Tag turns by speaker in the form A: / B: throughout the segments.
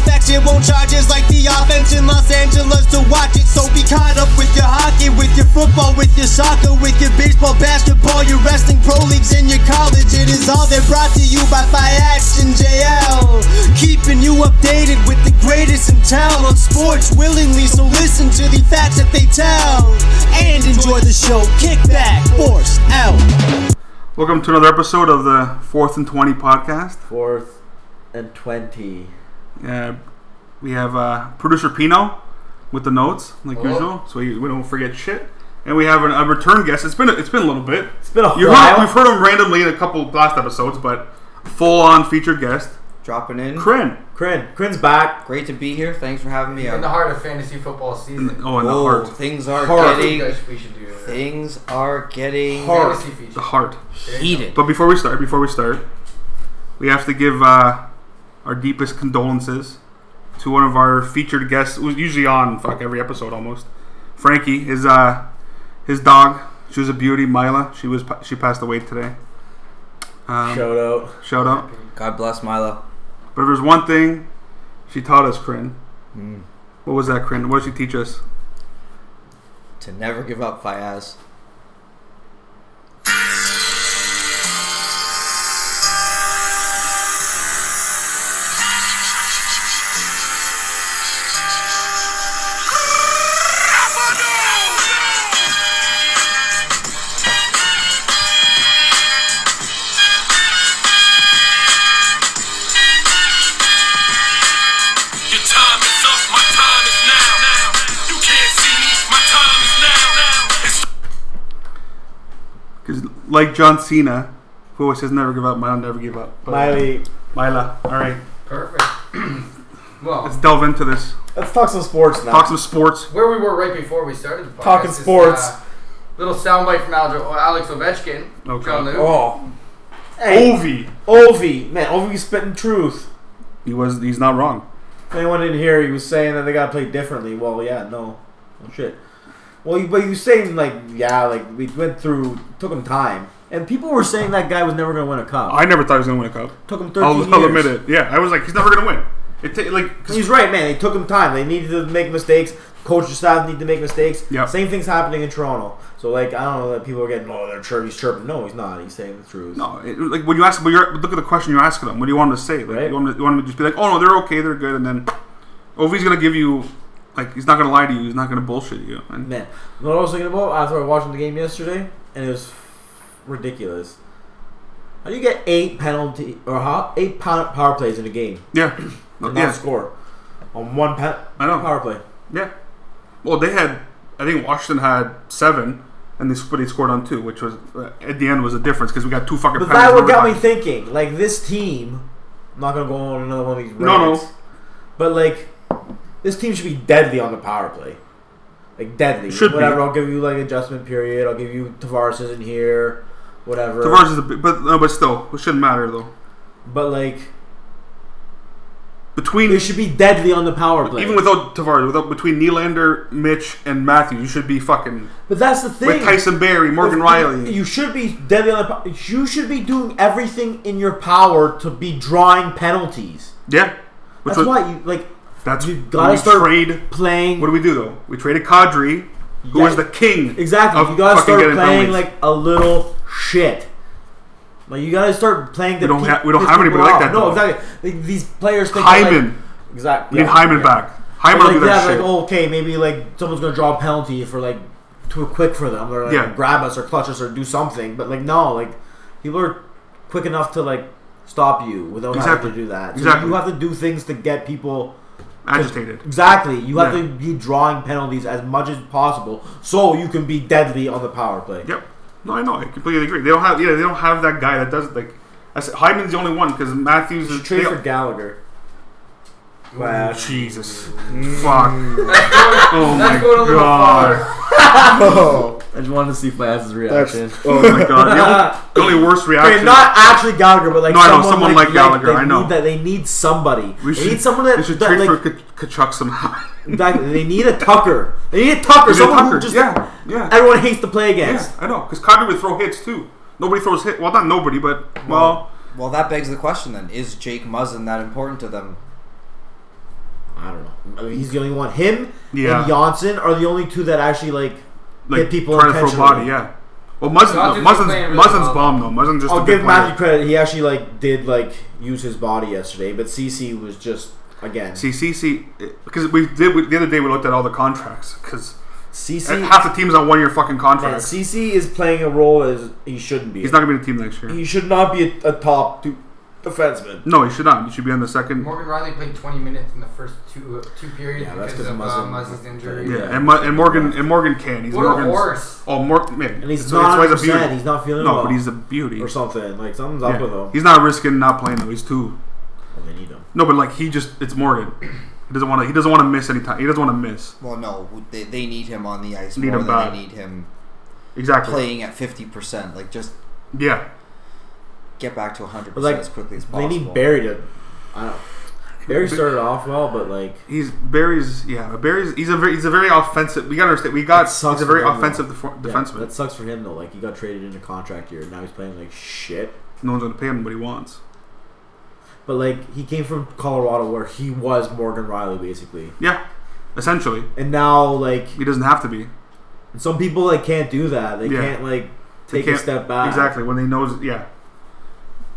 A: facts. It won't charge us like the offense in Los Angeles to watch it. So be caught up with your hockey, with your football, with your soccer, with your baseball, basketball, your wrestling, pro leagues, and your college. It is all they're brought to you by Fiats and JL. Keeping you updated with the greatest in town on sports willingly. So listen to the facts that they tell and enjoy the show. Kick back, force out.
B: Welcome to another episode of the Fourth and Twenty podcast.
C: fourth and 20.
B: Uh, we have uh, producer Pino with the notes, like usual, so we, we don't forget shit. And we have an, a return guest. It's been a, it's been a little bit. It's
C: been a
B: You've
C: while.
B: Heard, we've heard him randomly in a couple of last episodes, but full on featured guest,
D: dropping in.
B: Kryn.
C: Kryn. Kryn's back.
D: Great to be here. Thanks for having me.
E: In the
D: out.
E: heart of fantasy football season.
B: Oh, and the
D: Whoa,
B: heart,
D: things are
E: I think
D: getting
E: that's what we should do.
D: things are getting
E: Fantasy feature.
B: the heart.
D: heated.
B: But before we start, before we start, we have to give uh, our deepest condolences to one of our featured guests, who's usually on fuck every episode almost. Frankie, his uh, his dog. She was a beauty, Mila. She was she passed away today. Um,
C: Shout out.
B: Shout out.
D: God bless Milo.
B: But if there's one thing she taught us, Kryn. What was that, Kryn? What did she teach us?
D: To never give up, Fayaz.
F: Your time is up, my time is now. You can't see me, my time is now. It's
B: Because like John Cena, who always says never give up, Mila never give up. But-
C: Miley,
B: Mila. All right,
E: Perfect.
B: let's
E: well,
B: delve into this.
C: let's talk some sports now.
B: Talk some sports.
E: where we were right before we started the podcast.
C: Talking
E: is,
C: sports.
E: uh, little soundbite from Al- Alex Ovechkin.
B: Okay.
E: John Luke.
C: oh. Hey,
B: Ovi.
C: Ovi. Man, Ovi's spitting truth.
B: He was. He's not wrong.
C: If anyone didn't hear, he was saying that they got to play differently. Well, yeah, no. Well, shit. Well, you, but you saying, like, yeah, like, we went through, took him time. And people were saying that guy was never going to win a cup.
B: I never thought he was gonna win a cup.
C: took him 13
B: I'll,
C: years.
B: I'll admit it. Yeah, I was like, he's never gonna win. It ta- like 'cause
C: He's right, man. They took him time. They needed to make mistakes. Coach and staff need to make mistakes.
B: Yeah.
C: Same thing's happening in Toronto. So like, I don't know that people are getting oh they're chir- he's chirping. No, he's not. He's saying the truth.
B: no, it, like when you ask, but you're, look at the question you're asking them. What do you want them to say? Like
C: Right.
B: you want them to, you want them to just be like, oh no, they're okay, they're good, and then Ovi's gonna give you like he's not gonna lie to you, he's not gonna bullshit you. And
C: Man, you know what I was thinking about after I watched the game yesterday, and it was ridiculous. How do you get eight penalty or how eight pow- power plays in a game
B: yeah,
C: and
B: yeah,
C: not score on one pe-
B: I know.
C: power play?
B: yeah. Well, they had, I think Washington had seven, and they but they scored on two, which was uh, at the end was a difference because we got two fucking.
C: But
B: penalties
C: that what
B: in
C: got me
B: overtime.
C: thinking. Like this team, I'm not gonna go on another one of these.
B: No, no.
C: rants, But like, this team should be deadly on the power play. Like deadly.
B: Should be.
C: whatever. I'll give you like adjustment period. I'll give you Tavares isn't here. Whatever.
B: Tavares is a bit, but no, but still, it shouldn't matter though.
C: But like,
B: Between
C: they should be deadly on the power play.
B: Even without Tavares, without between Nylander, Mitch, and Matthews, you should be fucking
C: but that's the thing.
B: with Tyson Berry, Morgan
C: If-
B: Riley.
C: You should be deadly on the. po- You should be doing everything in your power to be drawing penalties.
B: yeah, Which
C: That's
B: was-
C: why you like.
B: That's
C: you
B: we
C: gotta start
B: trade.
C: playing.
B: What do we do though? We traded Kadri, who
C: Yeah.
B: was the king.
C: Exactly.
B: of
C: You gotta
B: fucking
C: start
B: getting
C: playing
B: penalties.
C: like a little shit. Like you gotta start playing.
B: We
C: to
B: don't
C: keep-
B: ha- we don't
C: piss
B: have anybody like
C: people off.
B: that,
C: No,
B: though.
C: exactly. Like, these players think that,
B: Hyman.
C: Like, exactly.
B: we need
C: yeah,
B: Hyman
C: yeah.
B: back.
C: But,
B: Hyman will
C: like,
B: do that
C: yeah,
B: shit.
C: like oh, okay, maybe like someone's gonna draw a penalty for like too quick for them. They're like
B: Yeah.
C: grab us or clutch us or do something. But like no, like people are quick enough to like stop you without
B: Exactly.
C: having to do that. So
B: Exactly.
C: You have to do things to get people.
B: Agitated.
C: Exactly. You have
B: Yeah.
C: to be drawing penalties as much as possible so you can be deadly on the power play.
B: Yep. No, I know. I completely agree. They don't have. Yeah, they don't have that guy that does like. I said, Hyman's the only one because Matthews is.
C: Trade
B: they-
C: for Gallagher. Wow.
B: Jesus. Fuck.
E: That's going,
B: Oh my
E: that's going a little
B: God.
E: far.
C: Oh. I just wanted to see Faz's
B: That's,
C: reaction.
B: oh my god. The only, the only worst reaction.
C: Okay, not actually Gallagher, but like
B: No, I know,
C: someone,
B: someone
C: like,
B: like Gallagher,
C: They
B: I know.
C: Need that they need somebody.
B: we
C: they need someone that,
B: we should
C: that,
B: trade
C: like,
B: for Ka- Kachuk somehow.
C: exactly, they need a Tucker. They need a Tucker.
B: Is it
C: Someone
B: Tucker?
C: who just
B: yeah, yeah,
C: everyone hates to play
B: yeah.
C: against.
B: I know, because Kadri would throw hits too. Nobody throws hit. Well, not nobody, but well,
D: Well, that begs the question then: Is Jake Muzzin that important to them?
C: I don't know. I mean, he's the only one. Him
B: Yeah.
C: and Johnson are the only two that actually like.
B: like
C: hit people
B: trying to throw
C: intentionally.
B: body. Yeah. Well, Muzzin,
E: Johnson's
B: no,
E: been
B: Muzzin's,
E: playing really
B: Muzzin's
E: well.
B: bomb though. Muzzin's just a
C: I'll
B: good
C: Oh, give
B: player.
C: Matthew credit. He actually like did like use his body yesterday, but CC was just again.
B: See, see, see, because we did we, the other day. We looked at all the contracts because
C: CC
B: uh, half the team's on one year fucking
C: man,
B: contracts.
C: CC is playing a role as he shouldn't be.
B: He's not gonna be in the team next year.
C: He should not be a, a top two defenseman.
B: No, he should not. He should be on the second.
E: Morgan Riley played 20 minutes in the first two uh, two periods
C: Yeah, that's
E: because
C: 'cause
E: of uh,
C: Muzzin-
E: Muzzin's injury.
B: Yeah, and, Mu- and Morgan and Morgan can. He's
E: What a
B: Morgan's.
E: horse.
B: Oh, Morgan, man,
C: And he's
B: it's-
C: not
B: it's why a
C: 100%.
B: beauty.
C: He's not feeling
B: no,
C: well.
B: but he's a beauty.
C: or something. Like something's
B: Yeah.
C: up with him.
B: He's not risking not playing though. He's too.
C: Oh, they need him.
B: No, but like he just it's Morgan. He doesn't want to. He doesn't want to miss any time. He doesn't want to miss.
D: Well, no, they, they need him on the ice
B: Need
D: more
B: him
D: than
B: back.
D: they need him
B: Exactly.
D: playing at fifty percent. Like just
B: Yeah.
D: get back to hundred
C: But, like,
D: percent as quickly as
C: They
D: possible.
C: need Barry to. I don't. Barry started off well, but like
B: He's Barry's. Yeah, Barry's. He's a very. He's a very offensive. We gotta understand. We got.
C: That sucks
B: He's a very
C: for him, though.
B: offensive defo-
C: yeah,
B: defenseman.
C: that sucks for him though. Like he got traded into contract year, and now he's playing like shit.
B: no one's gonna pay him what he wants.
C: But like he came from Colorado where he was Morgan Riley basically,
B: Yeah. Essentially,
C: and now like
B: he doesn't have to be.
C: some people like can't do that. They
B: Yeah.
C: can't like
B: They
C: take a
B: can't-
C: step back,
B: Exactly. When they knows. Yeah.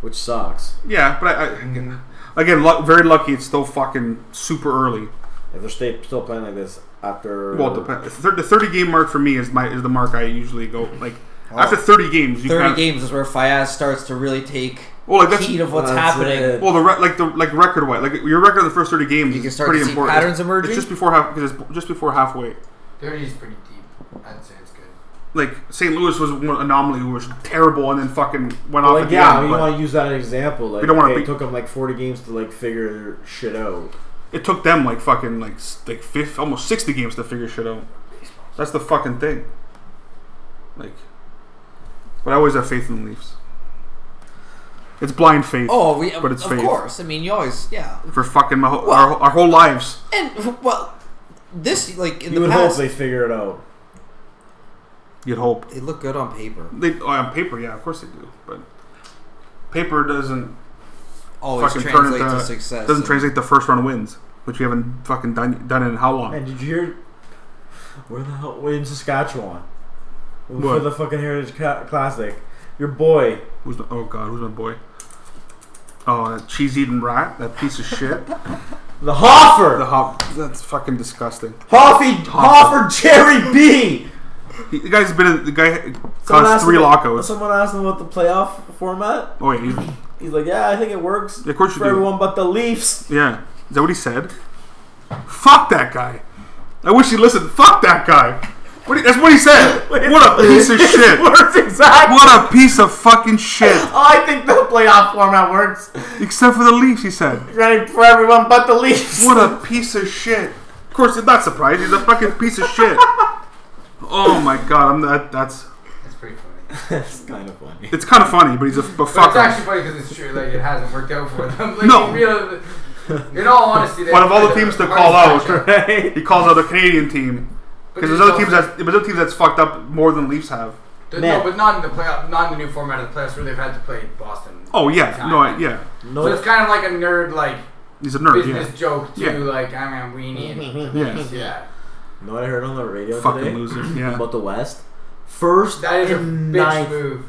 C: which sucks.
B: Yeah. But I. I again, again luck, very lucky. It's still fucking super early.
C: If they're stay, still playing like this after
B: Well, it depends. The thirty game mark for me is my is the mark I usually go like
D: Oh.
B: after thirty games. You
D: Thirty
B: kinda-
D: games is where Fayaz starts to really take
B: Well, like, that's-
D: heat of what's
C: That's
D: happening.
C: it.
B: Well, the re- like the like record wise, like your record of the first thirty games
D: You can
B: is
D: start
B: pretty
D: to see
B: important.
D: patterns
B: It's-
D: emerging?
B: It's just before half because it's just before halfway.
E: 30 is pretty deep. I'd say it's good.
B: Like St. Louis was one anomaly who was terrible and then fucking went off.
C: Like
B: at
C: yeah,
B: the
C: we
B: end, but
C: want to use that as an example. Like
B: We don't wanna
C: okay,
B: be-
C: it took them like forty games to like figure shit out.
B: it took them like fucking like s- like fifth, almost sixty games to figure shit out. That's the fucking thing. Like, but I always have faith in the Leafs. It's blind faith.
D: oh, we,
B: but it's
D: of
B: faith
D: course. I mean, you always yeah.
B: for fucking my whole, our, our whole lives.
D: And well, this like in
C: You
D: the
C: would hope
D: past
C: they figure it out.
B: You'd hope.
D: they look good on paper.
B: They oh, on paper, yeah, of course they do, but paper doesn't
D: Always
B: fucking turn
D: translate
B: into
D: to success.
B: Doesn't
D: and-
B: translate to first round wins, which we haven't fucking done done in how long?
C: And did you hear? Where the hell? We're in Saskatchewan for
B: What?
C: the fucking Heritage Ca- Classic. Your boy,
B: Who's the, oh god, who's my boy? Oh, that cheese eating rat, that piece of shit.
C: the Hoffer,
B: The hop, that's fucking disgusting.
C: Hoffy, Hoffer, Jerry B.
B: He, the guy's been in- the guy
C: Someone asked
B: caused three
C: him-
B: lockouts.
C: Someone asked him about the playoff format.
B: Oh yeah, he's-
C: He's like, "Yeah, I think it works
B: Of course you
C: for
B: do.
C: everyone but the Leafs."
B: yeah. Is that what he said? Fuck that guy. I wish he listened. Fuck that guy. What he, that's what he said. What a piece of shit.
C: works exactly. Oh,
B: What a piece of fucking shit.
C: I think the playoff format works
B: Except for the Leafs, he said.
C: Ready for everyone but the Leafs.
B: What a piece of shit. Of course, it's not surprised. He's a fucking piece of shit. Oh my god, I'm that. That's
E: That's pretty funny.
C: That's kind of funny.
B: it's kind of funny, but he's a but
E: But
B: fuck.
E: it's
B: him.
E: actually funny because it's true. Like it hasn't worked out for them. Like,
B: No.
E: In, real, in all honesty, they
B: One of all the teams to call out,
E: But
C: Right?
B: he calls out the Canadian team because there's other teams
E: also-
B: that there's other teams that's fucked up more than Leafs have.
E: there's
C: Man.
E: No, but not in the playoff, not in the new format of the playoffs where they've had to play Boston.
B: Oh yeah, no, I, yeah,
E: So it's
C: No,
E: kind of like a nerd like
B: he's a nerd.
E: business
B: Yeah,
E: joke too.
B: Yeah.
E: Like I'm a weenie. And,
B: yeah,
E: yeah,
C: know what I heard on the radio
B: fucking
C: today
B: loser. Yeah,
C: about the West? First
E: that is a
C: and
E: bitch
C: ninth.
E: move.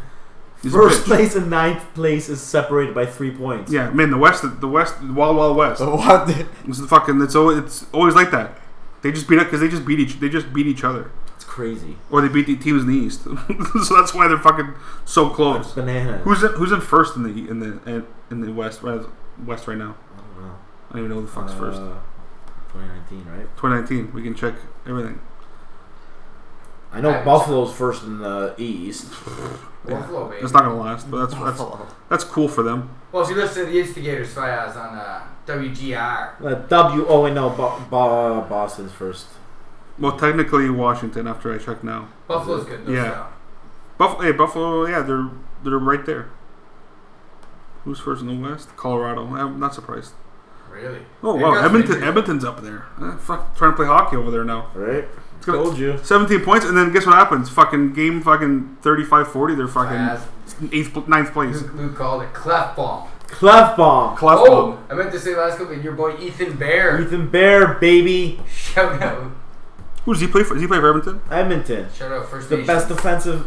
B: he's a
C: First
B: bitch.
C: place and ninth place is separated by three points.
B: Yeah, man, the West, the West, the Wild Wild West.
C: Oh.
D: What the-
B: It's the fucking. It's always, it's always like that. They just beat up because they just beat each. They just beat each other,
C: It's crazy.
B: or they beat the teams in the East. so that's why they're fucking so close.
C: Banana.
B: Who's in, who's in first in the in the in, in the West right, West right now?
C: I don't know.
B: I don't even know who the fuck's
C: Uh,
B: first.
C: 2019, right?
B: 2019. We can check everything.
C: I know
E: I haven't
C: Buffalo's first in the East.
E: Buffalo, baby.
B: It's not gonna last, but that's that's that's cool for them.
E: Well, if you listen to the Instigators Fayaz on uh, WGR,
C: Uh, W. Oh, wait, no. Bo- Bo- Boston's first.
B: Well, technically Washington. After I check now,
E: Buffalo's good, no
B: Yeah.
E: doubt.
B: Buffalo. Hey, Buffalo. Yeah, they're they're right there. Who's first in the West? Colorado. I'm not surprised.
E: Really?
B: Oh
E: They've
B: wow,
E: got some
B: Edmonton.
E: injuries.
B: Edmonton's up there. Eh, fuck, trying to play hockey over there now.
C: Right?
B: It's gonna-
C: Told you.
B: 17 points, and then guess what happens? Fucking game, fucking 35-40. They're
E: Class.
B: fucking eighth, pl- ninth place.
E: Luke, Luke called it cleft bomb.
C: Clef bomb.
B: Clef
E: oh, I meant to say last couple. Your boy Ethan Bear.
C: Ethan Bear, baby.
E: Shout out.
B: Who does he play for? Does he play for Edmonton?
C: Edmonton.
E: Shout out First
C: The
E: Nation.
C: best defensive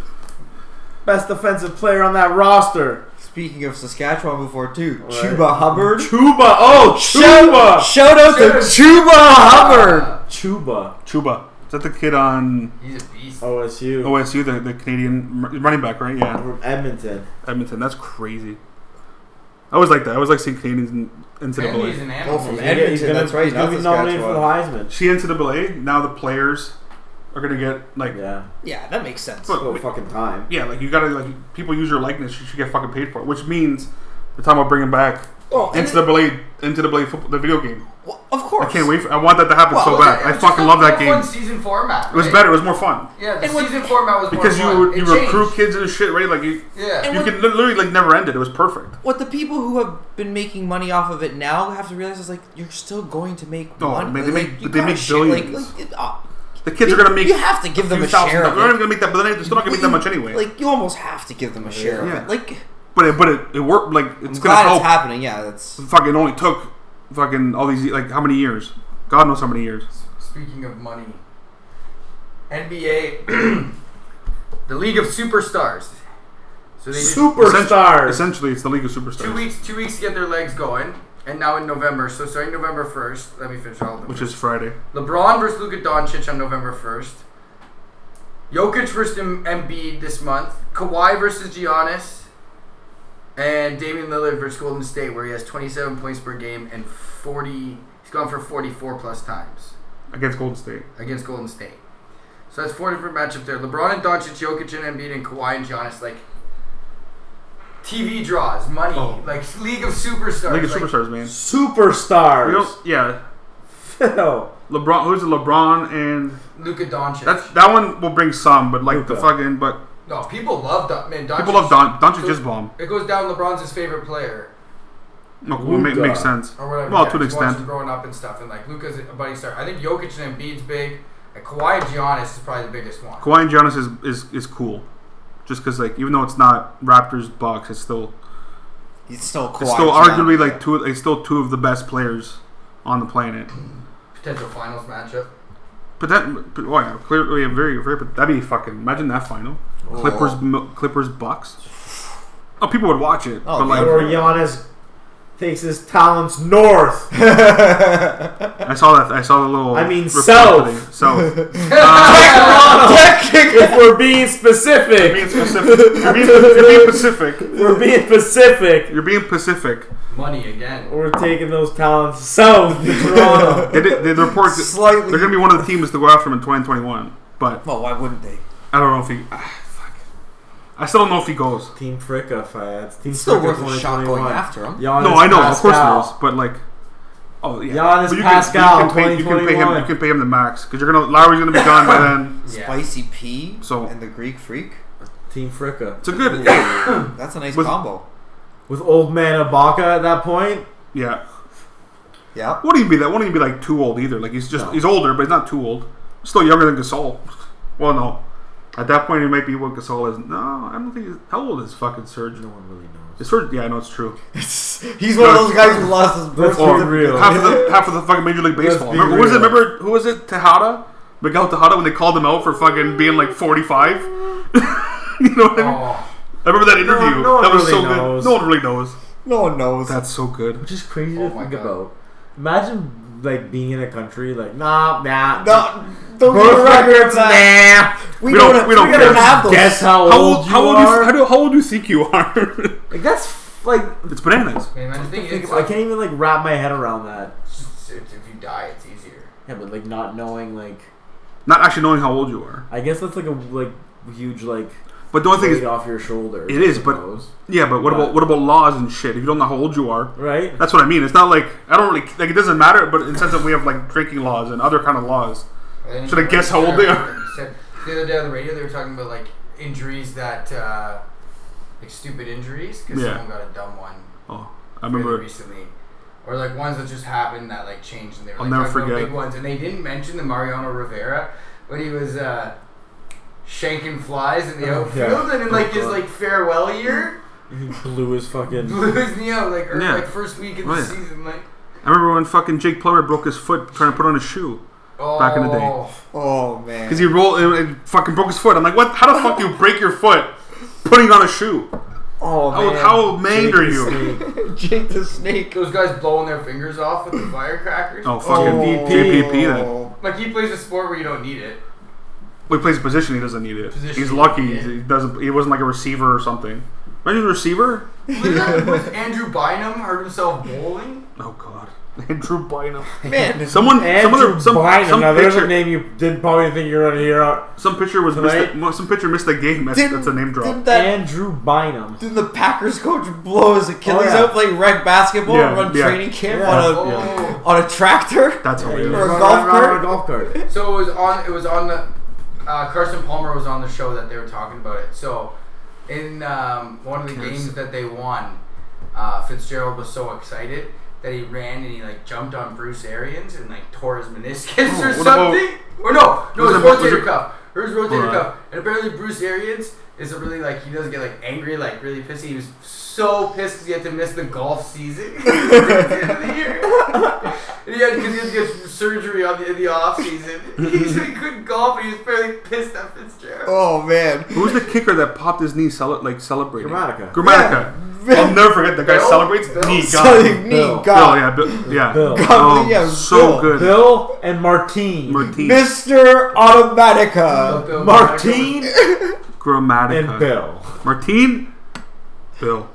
C: best defensive player on that roster.
D: Speaking of Saskatchewan before too,
C: Right.
D: Chuba Hubbard.
C: Chuba. Oh,
D: Shout,
C: Chuba.
D: shout out to Chuba Hubbard.
C: Chuba.
B: Chuba. Is that the kid on
E: Uh, He's a beast.
B: Oh,
C: OSU.
B: OSU, the, the Canadian r- running back, right? Yeah,
C: From Edmonton.
B: Edmonton. That's crazy. I always like that. I always like seeing Canadians in
E: Man, he's
B: NCAA.
E: an
D: Oh,
E: animal.
D: from
C: Yeah,
D: Edmonton.
C: he's gonna-
D: that's right.
C: He's
D: not
C: gonna be nominated for the
D: Saskatchewan.
C: Heisman.
B: See NCAA. Now the players are gonna get like
C: Yeah.
D: Yeah, that makes sense.
B: Look,
C: Go
B: we-
C: fucking time.
B: yeah, like you gotta like people use your likeness. You should get fucking paid for it. Which means we're talking about bringing back
D: Oh, and it-
B: NCAA NCAA football, the video game.
D: well, of course.
B: I can't wait. For, I want that to happen
D: Well,
B: so
D: okay,
B: bad.
E: Oh, It was
B: I
E: just
B: fucking
E: a
B: love that
E: more
B: game.
E: Fun season format.
B: It was
E: right?
B: better. It was more fun
E: Yeah, the
D: And what-
E: season format was more
B: because you
E: fun.
B: would,
E: It
B: you recruit
E: changed.
B: kids and shit, right? Like you,
E: Yeah.
D: And
B: you
D: what-
B: can literally like never end it. It was perfect.
D: What the people who have been making money off of it now have to realize is like you're still going to make
B: No,
D: money.
B: Oh, man, they
D: Like,
B: make-
D: you
B: they
D: gotta
B: make
D: shit, like-
B: billions.
D: like, it- uh,
B: The kids are gonna make
D: You have to give them
B: few
D: a share
B: dollars. They're
D: of
B: not even
D: it.
B: gonna make that, but they're still not gonna make that much anyway.
D: Like you almost have to give them a share
B: Yeah.
D: of it. Like
B: but it, but it, it worked. Like it's
D: I'm
B: gonna
D: glad
B: help.
D: it's happening. Yeah, that's
B: fucking only took fucking all these like how many years? God knows how many years.
E: Speaking of money, NBA, the League of Superstars. So they just
B: Essentially,
C: Superstars.
B: essentially, it's the League of
E: two
B: Superstars,
E: weeks, two weeks to get their legs going, and now in November. So starting November first, let me finish all of them.
B: which is Friday.
E: LeBron versus Luka Doncic on November 1st. Jokic versus Em- Embiid this month. Kawhi versus Giannis. And Damian Lillard versus Golden State, where he has 27 points per game and 40. He's gone for 44 plus times
B: Against Golden State.
E: against Golden State. So that's four different matchups there. LeBron and Doncic, Jokic and Embiid, and Kawhi and Giannis. Like TV draws, money,
B: Oh.
E: like League of Superstars.
B: League of
E: like,
B: Superstars, man. We
C: Superstars. Oh,
B: don't- yeah,
C: Yo.
B: LeBron. Who's it? LeBron and
E: Luka Doncic.
B: that's that one will bring some, but like the
C: Luka.
B: fucking but
E: no, people love Don- man. Doncic,
B: people love Don Doncic is bomb.
E: It goes down LeBron's his favorite player
B: No, well, ma-
C: Luka.
B: makes sense.
E: or whatever.
B: Well,
E: Yeah,
B: to an
E: just watched
B: extent.
E: him growing up and stuff, and like Luca's a buddy star. I think Jokic and Embiid's big. And Kawhi and Giannis is probably the biggest one.
B: Kawhi and Giannis is is, is cool, just because like even though it's not Raptors Bucks, it's still
D: it's still Kawhi.
B: it's still
D: Leonard.
B: arguably like two it's still two of the best players on the planet.
E: Potential finals matchup.
B: But that but, oh yeah, clearly a very very but that'd be fucking imagine that final Clippers Clippers Clippers Bucks. Oh, people would watch it,
D: Oh,
B: but like
C: Or Giannis takes his talents north.
B: I saw that I saw the little
C: I mean,
B: report
C: south.
B: today. south.
C: if we're being specific,
B: being specific, you're being, you're being Pacific.
C: we're being specific.
B: You're being Pacific.
E: Money
B: Oh,
E: again.
C: We're taking those talents south to Toronto.
B: They did, they report that
D: Slightly.
B: they're gonna be one of the teams to go after him in 2021, but
D: Well, why wouldn't they?
B: I don't know if he. Ah, fuck. I still don't know if he goes.
C: Team Fricka, Fads. Team
D: It's still
C: Fricka
D: worth a shot going
C: 2021.
D: after him.
C: Giannis
B: no, I know,
C: Pascal.
B: of course it is, but like, oh yeah,
C: Giannis
B: But
C: Pascal,
B: Can, you, can pay, you can pay him.
C: 2021.
B: You can pay him the max because you're gonna Lowry's gonna be gone by then.
E: Yeah.
D: Spicy P
B: So-
D: and the Greek Freak.
C: Team Fricka.
B: It's a good.
D: That's a nice
B: Was-
D: combo.
C: With old man Ibaka at that point.
B: yeah,
D: Yeah.
B: wouldn't even be that. Wouldn't even be like too old either. Like he's just he's older, but he's not too old. Still younger than Gasol. Well, no, at that point he might be what Gasol is. No, I don't think. He's, how old is fucking Serge?
C: No one really knows.
B: Is Serge? Yeah, I know it's true.
D: He's one of those guys who lost his birth.
C: Let's be
B: Or
C: real.
B: half of the half of the fucking Major League Baseball.
C: Oh, be
B: Remember, who was it?
C: real.
B: Remember who was it? Tejada, Miguel Tejada, when they called him out for fucking being like forty five. you know what I mean?
E: Oh,
B: I remember that interview.
C: no one
B: that was
C: really
B: so
C: knows.
B: good. No one really knows.
D: No one knows.
B: That's so good.
C: Which is crazy
E: Oh
C: to
E: my
C: think
E: God.
C: about. Imagine like being in a country like nah nah
D: no, don't
C: birth records
D: that.
C: nah.
D: We,
B: We
D: don't,
B: don't- we
D: we
B: don't
D: don't
B: care.
D: have those.
C: Guess how,
B: How
C: old
B: old?
C: you
B: How old,
C: are.
B: you, how, do, how old do you think you are?
C: like that's f- like
B: it's bananas.
E: man, I think
C: think
E: it's
C: of- I can't even like wrap my head around that.
E: it's- If you die, it's easier.
C: Yeah, but like not knowing like
B: Not actually knowing how old you are.
C: I guess that's like a like huge like
B: But the only thing
C: weight
B: is,
C: off your shoulders.
B: It
C: I
B: is, but-
C: suppose.
B: yeah. But what about what about laws and shit? If you don't know how old you are,
C: right.
B: that's what I mean. It's not like I don't really like. It doesn't matter. But in the sense that we have like drinking laws and other kind of laws.
E: And
B: Should I guess how old they are?
E: Said, the other day on the radio, they were talking about like injuries that, uh, like stupid injuries, because
B: Yeah.
E: someone got a dumb one
B: Oh, I
E: really
B: remember.
E: recently, or like ones that just happened that like changed, and they were
B: I'll
E: like
B: never
E: talking about
B: forget.
E: big ones, and they didn't mention the Mariano Rivera when he was uh, shanking flies in the
C: Oh,
E: outfield,
C: yeah.
E: and in like his
B: God.
E: like farewell year,
C: He blew his fucking.
E: blew his knee out like, or,
B: Yeah.
E: like first week of
B: Right.
E: the season, like.
B: I remember when fucking Jake Plummer broke his foot trying to put on his shoe
E: Oh,
B: Back in the day.
C: Oh man.
B: because he rolled and, and fucking broke his foot. I'm like, what? How the fuck do you break your foot putting on a shoe?
C: Oh
B: How,
C: man.
B: how maned are you?
D: Jake the Snake.
E: Those guys blowing their fingers off with the firecrackers.
B: Oh fucking
C: Oh.
B: JPP then.
E: Like he plays a sport where you don't need it.
B: Well, he plays a position he doesn't need it.
E: Position
B: He's
E: he
B: lucky
E: doesn't need
B: he doesn't. He wasn't like a receiver or something. Imagine a receiver.
E: Was Andrew Bynum hurt himself bowling?
B: Oh god, Andrew Bynum.
D: Man,
B: Someone, some
C: Andrew
B: other, some,
C: Bynum.
B: some
C: now there's a
B: pitcher,
C: name you didn't probably think you were gonna hear. out.
B: some pitcher was missed.
C: Tonight?
B: The, some pitcher missed the game. That's,
D: didn't,
B: that's a name
D: Didn't
B: drop.
D: that
C: Andrew Bynum.
D: didn't the Packers coach blow his Achilles
C: Oh, yeah.
D: out playing rec basketball
B: Yeah,
D: and run
B: yeah.
D: training camp
C: Yeah.
D: on a
E: Oh.
D: on a tractor?
B: That's
C: He
B: hilarious.
D: Or a
C: was
D: golf
C: running around
D: cart?
C: on a golf cart.
E: So it was on. It was on the. Uh, Carson Palmer was on the show that they were talking about it. So, in um, one of the games that they won, uh, Fitzgerald was so excited that he ran and he like jumped on Bruce Arians and like tore his meniscus
B: Oh,
E: or
B: what about-
E: something. or no, no,
B: Was
E: his
B: it- was
E: rotator
B: it-
E: cuff. Or his rotator
B: Alright.
E: cuff. And apparently Bruce Arians is a really like he doesn't get like angry, like really pissy. He was so pissed because he had to miss the golf season at the end of the year. And he had because he had to get surgery on the in the off season. He said he couldn't golf, and he was fairly pissed at Fitzgerald.
D: Oh man.
B: Who was the kicker that popped his knee? Cel- like celebrating.
C: Grammatica.
B: Grammatica. I'll never forget. The guy
E: Bill?
B: celebrates.
E: Bill?
B: Knee
D: So
B: got
D: you
B: him.
D: need
C: Bill.
B: Bill,
D: God.
B: yeah, Bill, yeah.
C: Bill.
B: Oh,
D: yeah,
B: so
D: Bill.
B: good.
C: Bill and Martine.
B: Martin.
D: Mr. Automatica.
E: Bill-
C: Martine
B: Grammatica.
C: and Bill.
B: Martin. Bill.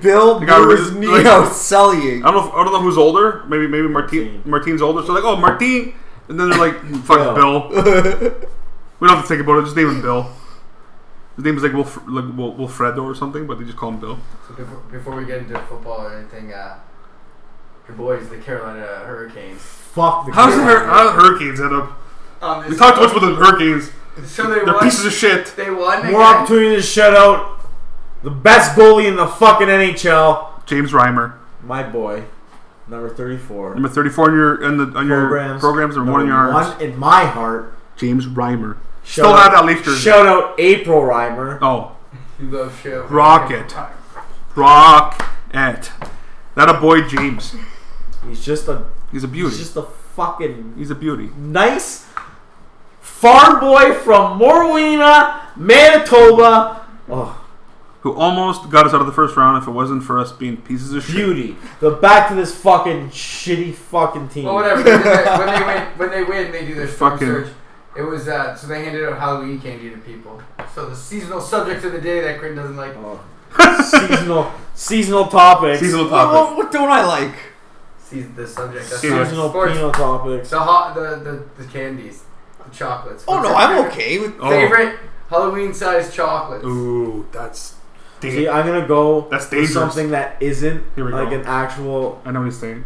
D: Bill
B: guy
D: blew his
B: really-
D: knee
B: like-
D: out selling.
B: I don't know. If, I don't know who's older. Maybe maybe Martin.
C: Martin.
B: Martin's older. So like, oh Martin, and then they're like, "Hmm, fuck Bill.
C: Bill.
B: we don't have to think about it. Just name him Bill. His name is like Wilf- like Wil- Wilfredo or something, but they just call him Bill.
E: So before, before we get into football or anything, uh, your boys, the Carolina Hurricanes.
C: Fuck the
B: How's the
C: kid.
B: hur- how the Hurricanes end up?
E: Um,
B: We talked too much about the Hurricanes.
E: So they
B: They're
E: won.
B: pieces of shit.
E: They won. again.
C: More opportunity to shut out the best goalie in the fucking NHL.
B: James Reimer,
C: My boy, number 34.
B: number thirty-four on your on, the, on your programs, number one in your arms.
C: One in my heart.
B: James Reimer.
C: Shout
B: Still
C: out-
B: have that Leaf jersey.
C: Shout out April Reimer.
B: Oh,
E: You love show.
B: Rocket. rock at that a boy James.
C: He's just a
B: He's a beauty.
C: he's just a fucking
B: He's a beauty.
C: nice farm boy from Morwena, Manitoba. Oh,
B: Who almost got us out of the first round if it wasn't for us being pieces of shit.
C: beauty. The back to this fucking shitty fucking team.
E: Well, whatever. when, they, when they win, when they win, they do their storm
B: Fucking-
E: surge. It was uh, so they handed out Halloween candy to people. So the seasonal subject of the day that Grin doesn't like.
C: Oh. seasonal seasonal topics.
B: Seasonal
D: What,
B: topic.
D: what, what don't I like?
E: Season the subject. That's
B: Seasonal
E: not
C: Seasonal
E: sports.
C: penal topics.
E: The hot, the, the the candies, the chocolates.
D: Oh no,
E: What's your
D: I'm
E: favorite-
D: okay with
B: Oh.
E: Favorite Halloween-sized chocolates.
B: Ooh, that's
C: See,
B: dangerous.
C: I'm gonna go
B: That's
C: with
B: dangerous.
C: something that isn't
B: Here we
C: like
B: go.
C: an actual
B: I know what he's saying.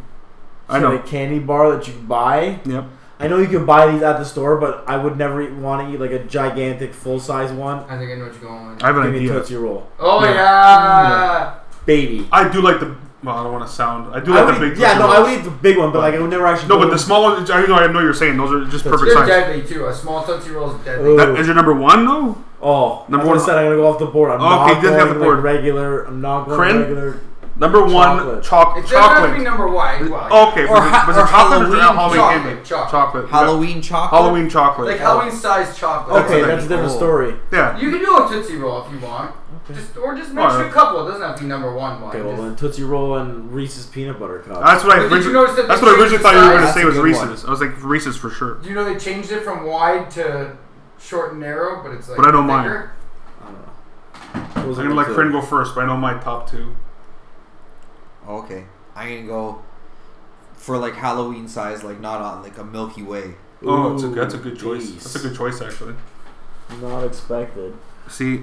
B: I
C: I
B: know.
C: candy bar that you buy.
B: Yep.
C: I know you can buy these at the store, but I would never want to eat like a gigantic full size one.
E: I think I know what you're going with.
B: I have an
C: Give me a
B: idea.
C: Tootsie Roll.
E: oh
B: Yeah.
E: yeah.
B: Mm.
C: Baby.
B: I do like the. Well, I don't want to sound. I do
C: I
B: like
C: would
B: the
C: eat-
B: big.
C: yeah, no,
B: Tootsie
C: I
B: Rolls.
C: would eat the big one, but like I would never actually.
B: No,
C: go
B: but the
C: with-
B: small ones. I know. I know you're saying those are just perfect
E: They're
B: size.
E: deadly too. A small tootsie roll is deadly.
C: Ooh.
B: That is your number one though.
C: Oh,
B: Number
C: number one.
B: one-
C: I said I'm gonna go off the board. I'm
B: Okay,
C: not
B: you didn't
C: going
B: have the
C: like,
B: board.
C: regular. I'm not going
B: Crin?
C: regular.
B: Number one,
C: Chocolate.
B: choc-
E: It doesn't have to be
B: chocolate. Oh.
E: number one. Well,
B: Okay, was
D: Or
B: it,
D: ha-
B: was it
D: or
B: chocolate or
D: Halloween
B: Halloween
E: chocolate.
B: candy?
E: Chocolate.
B: Chocolate.
D: Halloween chocolate.
B: Halloween chocolate.
E: Like Halloween-sized chocolate.
C: Okay,
B: the
C: that's a different
D: Oh.
C: story.
B: yeah.
E: You can do a Tootsie Roll if you want. Just or just mention
B: Alright.
E: a couple. It doesn't have to be number one. One.
C: Okay, well
E: Just-
C: then Tootsie Roll and Reese's peanut butter cup.
B: That's what I.
E: But did you
B: Originally,
E: notice that
B: that's
E: they
B: what I originally
E: changed
B: thought
E: the
B: you were going to
E: size?
B: say was
C: That's a good one.
B: Reeses. I was like Reeses for sure.
E: Do you know they changed it from wide to short and narrow? But it's like.
B: But I don't mind.
E: thicker?
C: I don't know. Those
B: I'm
C: are
B: gonna let
C: the
B: Corinne
C: two.
B: go first, but I know my top two.
D: Oh, Okay. I'm gonna go for like Halloween size, like not on like a Milky Way.
B: Oh, it's a,
C: Ooh,
B: that's a good choice. That's a
C: geez.
B: good choice actually.
C: Not expected.
B: See,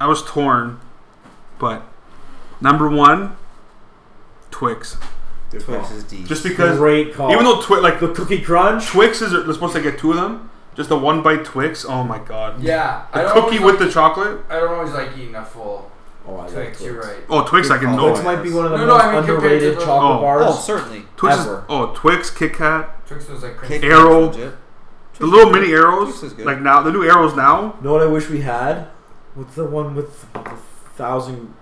B: I was torn, but number one, Twix.
C: Good
D: Twix
C: call.
D: is D.
B: Oh, Just because,
C: Great call.
B: even though Twix, like
C: the cookie crunch.
B: Twix is they're supposed to get two of them. Just a one bite Twix. Oh my god.
E: Yeah, I
B: The
E: don't
B: cookie
E: always
B: with the
E: like,
B: chocolate.
E: I don't always like eating a full
C: Oh, I love
E: Twix. You're right.
B: Oh, Twix! I can
D: Good
B: know.
D: call.
C: Twix might be one of the
E: No, no,
C: most
E: I mean compared to
C: underrated
E: the-
C: chocolate
B: Oh.
D: oh,
C: bars.
D: certainly.
B: Twix is,
C: Ever.
B: oh Twix, Kit Kat,
E: Twix was like
D: Kit
E: crazy.
D: Kat's
B: Arrow.
D: legit.
B: the little mini
D: Twix is
B: arrows.
D: good.
B: Like now, the new arrows now.
C: You know what I wish we had? What's the one with the thousand,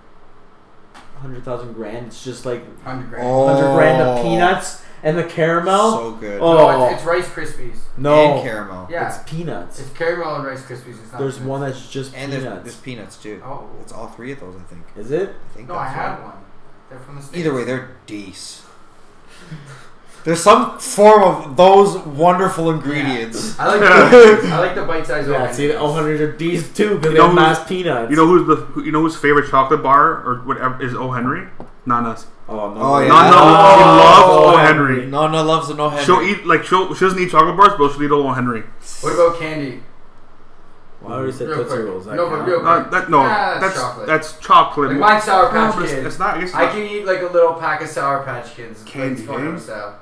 C: hundred thousand grand? It's just like
E: Hundred grand.
D: Oh,
C: hundred grand of peanuts and the caramel.
D: So good.
C: Oh,
E: No, it's, it's Rice Krispies.
C: no,
D: And caramel.
E: Yeah,
C: it's peanuts.
E: it's caramel and Rice Krispies. It's not
C: There's
E: peanuts.
C: one that's just
D: And there's, there's peanuts
C: peanuts.
D: too.
E: Oh.
D: It's all three of those, I think.
C: Is it?
D: I think
E: No, I
D: that's
E: had
D: right.
E: one. They're from the States.
D: Either way, they're D's. There's some form of those wonderful ingredients.
E: I like the, I like the bite-sized
C: Yeah,
E: Oreos.
C: see, the oh, 100 are D's too because they
B: know
C: have
B: who's-
C: mass peanuts.
B: You know who's the who- you know whose favorite chocolate bar or whatever is O Henry? Not us.
C: oh no,
D: Oh, yeah.
B: Not
C: Oh,
B: no. She loves O
C: Henry.
B: Henry.
D: Nana loves the no head.
B: She'll eat like she'll she doesn't eat chocolate bars, but she'll eat O Henry.
E: What about candy?
C: Well, I already said
E: Real
C: Tootsie
E: quick.
C: Rolls. that
E: No, but
C: count.
E: real-
B: Uh, that no,
E: Ah,
B: that's
E: that's chocolate.
B: that's chocolate.
E: Like my Sour
B: No,
E: Patch
B: but it's,
E: Kids.
B: it's not. I guess it's
E: I
B: not-
E: can eat like a little pack of Sour Patch Kids. It's
B: Candy,
E: like Spongebob
B: eh?
E: style.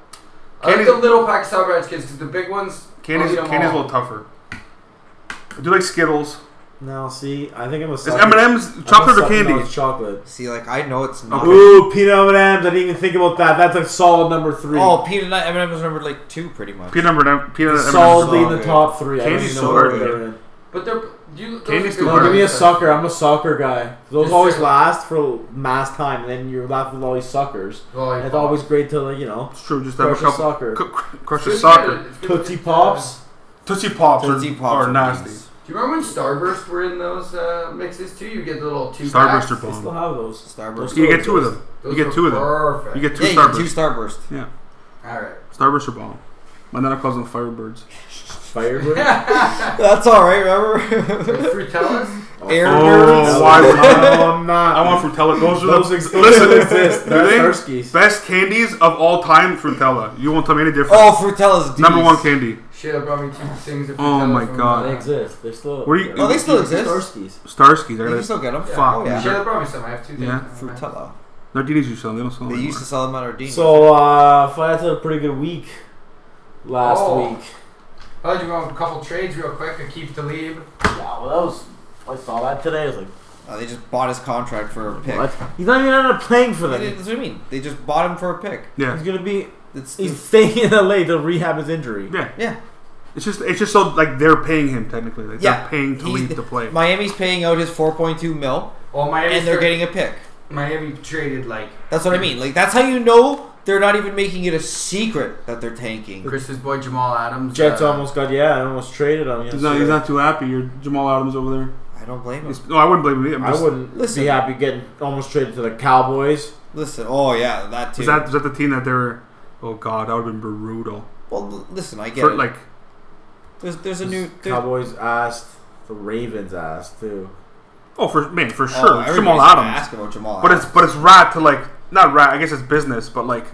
E: I
B: Candy-
E: like the little pack of Sour Patch Kids because the big ones.
B: Candy's,
E: I'll eat 'em
B: candy's a
E: all.
B: little tougher. I do like Skittles.
C: Now, see, I think I'm a.
B: Is M and M's chocolate or candy?
C: Chocolate.
D: See, like I know it's not.
C: Ooh, peanut M&Ms. I didn't even think about that. That's a solid number three.
D: Oh, peanut M and M's number like two, pretty much.
B: Peanut butter, M- peanut M&Ms.
C: solidly in the
D: solid.
C: top three. I don't
B: Candy's
C: even
B: so
C: know where
B: hard,
C: they're
B: dude.
C: in.
E: But they're you. those
B: Candy's
E: are
B: too
E: good
B: hard.
C: No, give me a
E: ones.
C: sucker. I'm a sucker guy. Those
E: Just
C: always
E: suck.
C: last for mass time, and then you're left with all these suckers.
E: Lollipop.
C: And it's always great to, like, you know,
B: It's true. Just have a
C: crush a
B: couple.
C: sucker.
B: cr- cr- Crush a
E: It's
B: soccer.
E: good. It's good with
C: Tootsie
E: the-
C: Pops.
B: Tootsie Pops, are-
D: Tootsie Pops
B: are, nasty.
D: D's.
E: Do you remember when Starburst were in those uh, mixes too? You get the little two.
B: Starburst are
C: They still
B: bomb.
C: have those.
D: Starburst.
B: Um, You get two of them.
E: Those
B: you get
E: were
B: two of them.
E: Perfect.
B: You get two
D: yeah, you get two
B: Starburst.
D: Starburst.
B: yeah,
E: All right.
B: Starburst are bomb. My nana calls them Firebirds.
C: Firebird.
D: That's all right. Remember,
E: Fruitellas.
B: Oh.
D: Airbirds.
B: why would I?
C: I'm not.
B: Oh, I want Frutella. Those are
C: Those
B: the
C: exist.
B: listen.
C: Those exist.
B: do
C: They're
B: they?
C: Starskies.
B: Best candies of all time, Frutella. You won't tell me any different.
D: Oh, Fruitella's D's.
B: Number one candy.
E: Shit, I brought me two things. Of
B: Oh
E: Fruitellas
B: my
E: from,
B: God.
C: They
E: Uh,
C: exist. They're still.
B: What do you-
D: Oh, they still
C: They're
D: exist.
C: Starskies.
B: Starskies. I
D: You can
B: gotta,
D: still get them.
E: Yeah.
B: Fuck,
D: Oh, yeah.
B: man.
E: Shayla brought me some. I have two things.
B: Yeah.
D: Frutella.
B: Nardini's used to sell them. They don't sell
D: They
B: them
D: used to sell them at Ardini.
C: So, uh, Fiat had a pretty good week last
E: Oh.
C: week.
E: I'll do Oh, a couple trades real quick. I keep the lead.
C: Yeah, well, that was. I saw that today. I was like,
D: Uh, they just bought his contract for a pick.
C: what? He's not even ended up playing for
D: They
C: them.
D: did- That's what I mean. They just bought him for a pick.
C: He's
B: Yeah,
C: gonna be.
D: It's,
C: He's staying in LA to rehab his injury.
B: yeah.
D: yeah,
B: It's just it's just so like they're paying him technically. Like
D: yeah.
B: they're paying to
D: He's-
B: leave to play.
D: Miami's paying out his 4.2 mil,
E: Oh, Miami.
D: and they're getting a pick.
E: Miami traded like
D: That's what I mean. Like that's how you know they're not even making it a secret that they're tanking.
E: Chris's boy Jamal Adams.
C: Jets
E: uh,
C: almost got yeah, I almost traded him.
B: He's not, he's not too happy. You're Jamal Adams over there.
D: I don't blame him.
B: He's- no, I wouldn't blame him.
C: I wouldn't
D: Listen.
C: be happy getting almost traded to the Cowboys.
D: Listen, oh yeah, that too.
B: Is that, is that the team that they were? Oh god, that would have been brutal.
D: well, l- listen, I get
B: For,
D: it.
B: like
D: there's, there's a new there-
C: Cowboys asked, the Ravens asked too.
B: oh for man for
D: oh,
B: sure
D: everybody's
B: Jamal
D: gonna
B: Adams.
D: Ask about Jamal.
B: But it's but it's rat to like not rat. I guess it's business. But like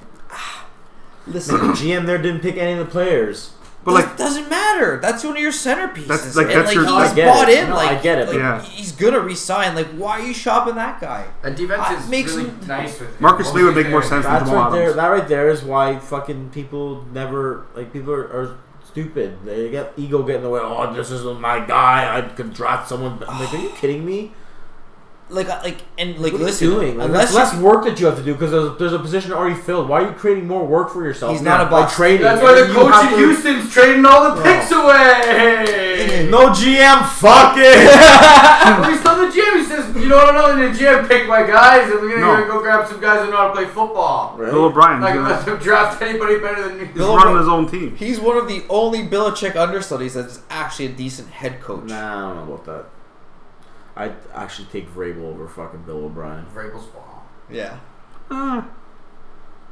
D: listen,
C: GM there didn't pick any of the players.
B: but
D: this
B: like
D: doesn't matter. That's one of your centerpieces.
B: That's- like,
D: and,
B: that's
D: like,
B: your-
D: he's
B: I
C: get
D: bought
C: it.
D: in.
C: No, I
D: like
C: get it, but-
D: like,
B: Yeah.
D: he's gonna resign. Like why are you shopping that guy?
E: That defense
D: Uh,
E: is
D: makes
E: really
D: him-
E: nice with him.
B: Marcus Lee would
E: Mostly
B: make more
E: there.
B: sense than
C: That's
B: Jamal
C: right there.
B: Adams.
C: That right there is why fucking people never like people are, are stupid. They get ego get in the way. Oh, this is my guy. I could draft someone. I'm like, are you kidding me?
D: Like I- like and like
C: What are you
D: listen,
C: doing? Like,
D: unless
C: Unless less
D: you,
C: work that you have to do because there's, there's a position already filled. Why are you creating more work for yourself?
D: He's not a
C: by
D: boss.
C: trading.
E: That's why the
C: You
E: coach
C: have
E: in
C: to-
E: Houston's trading all the picks away.
C: No GM, fuck it.
E: But he's still in the gym. He says, "You know what? I'm in the gym. Pick my guys, and we're gonna
B: No.
E: go grab some guys who know how to play football.
B: Bill O'Brien's
E: Not gonna
B: gonna-
E: let them draft anybody better than me."
B: he's
D: Bill
B: running
D: O'Brien-
B: his own team.
D: he's one of the only Belichick understudies that's actually a decent head coach.
C: Nah, I don't know about that. I'd actually take Vrabel over fucking Bill O'Brien.
E: Vrabel's ball.
D: Yeah.
B: Uh,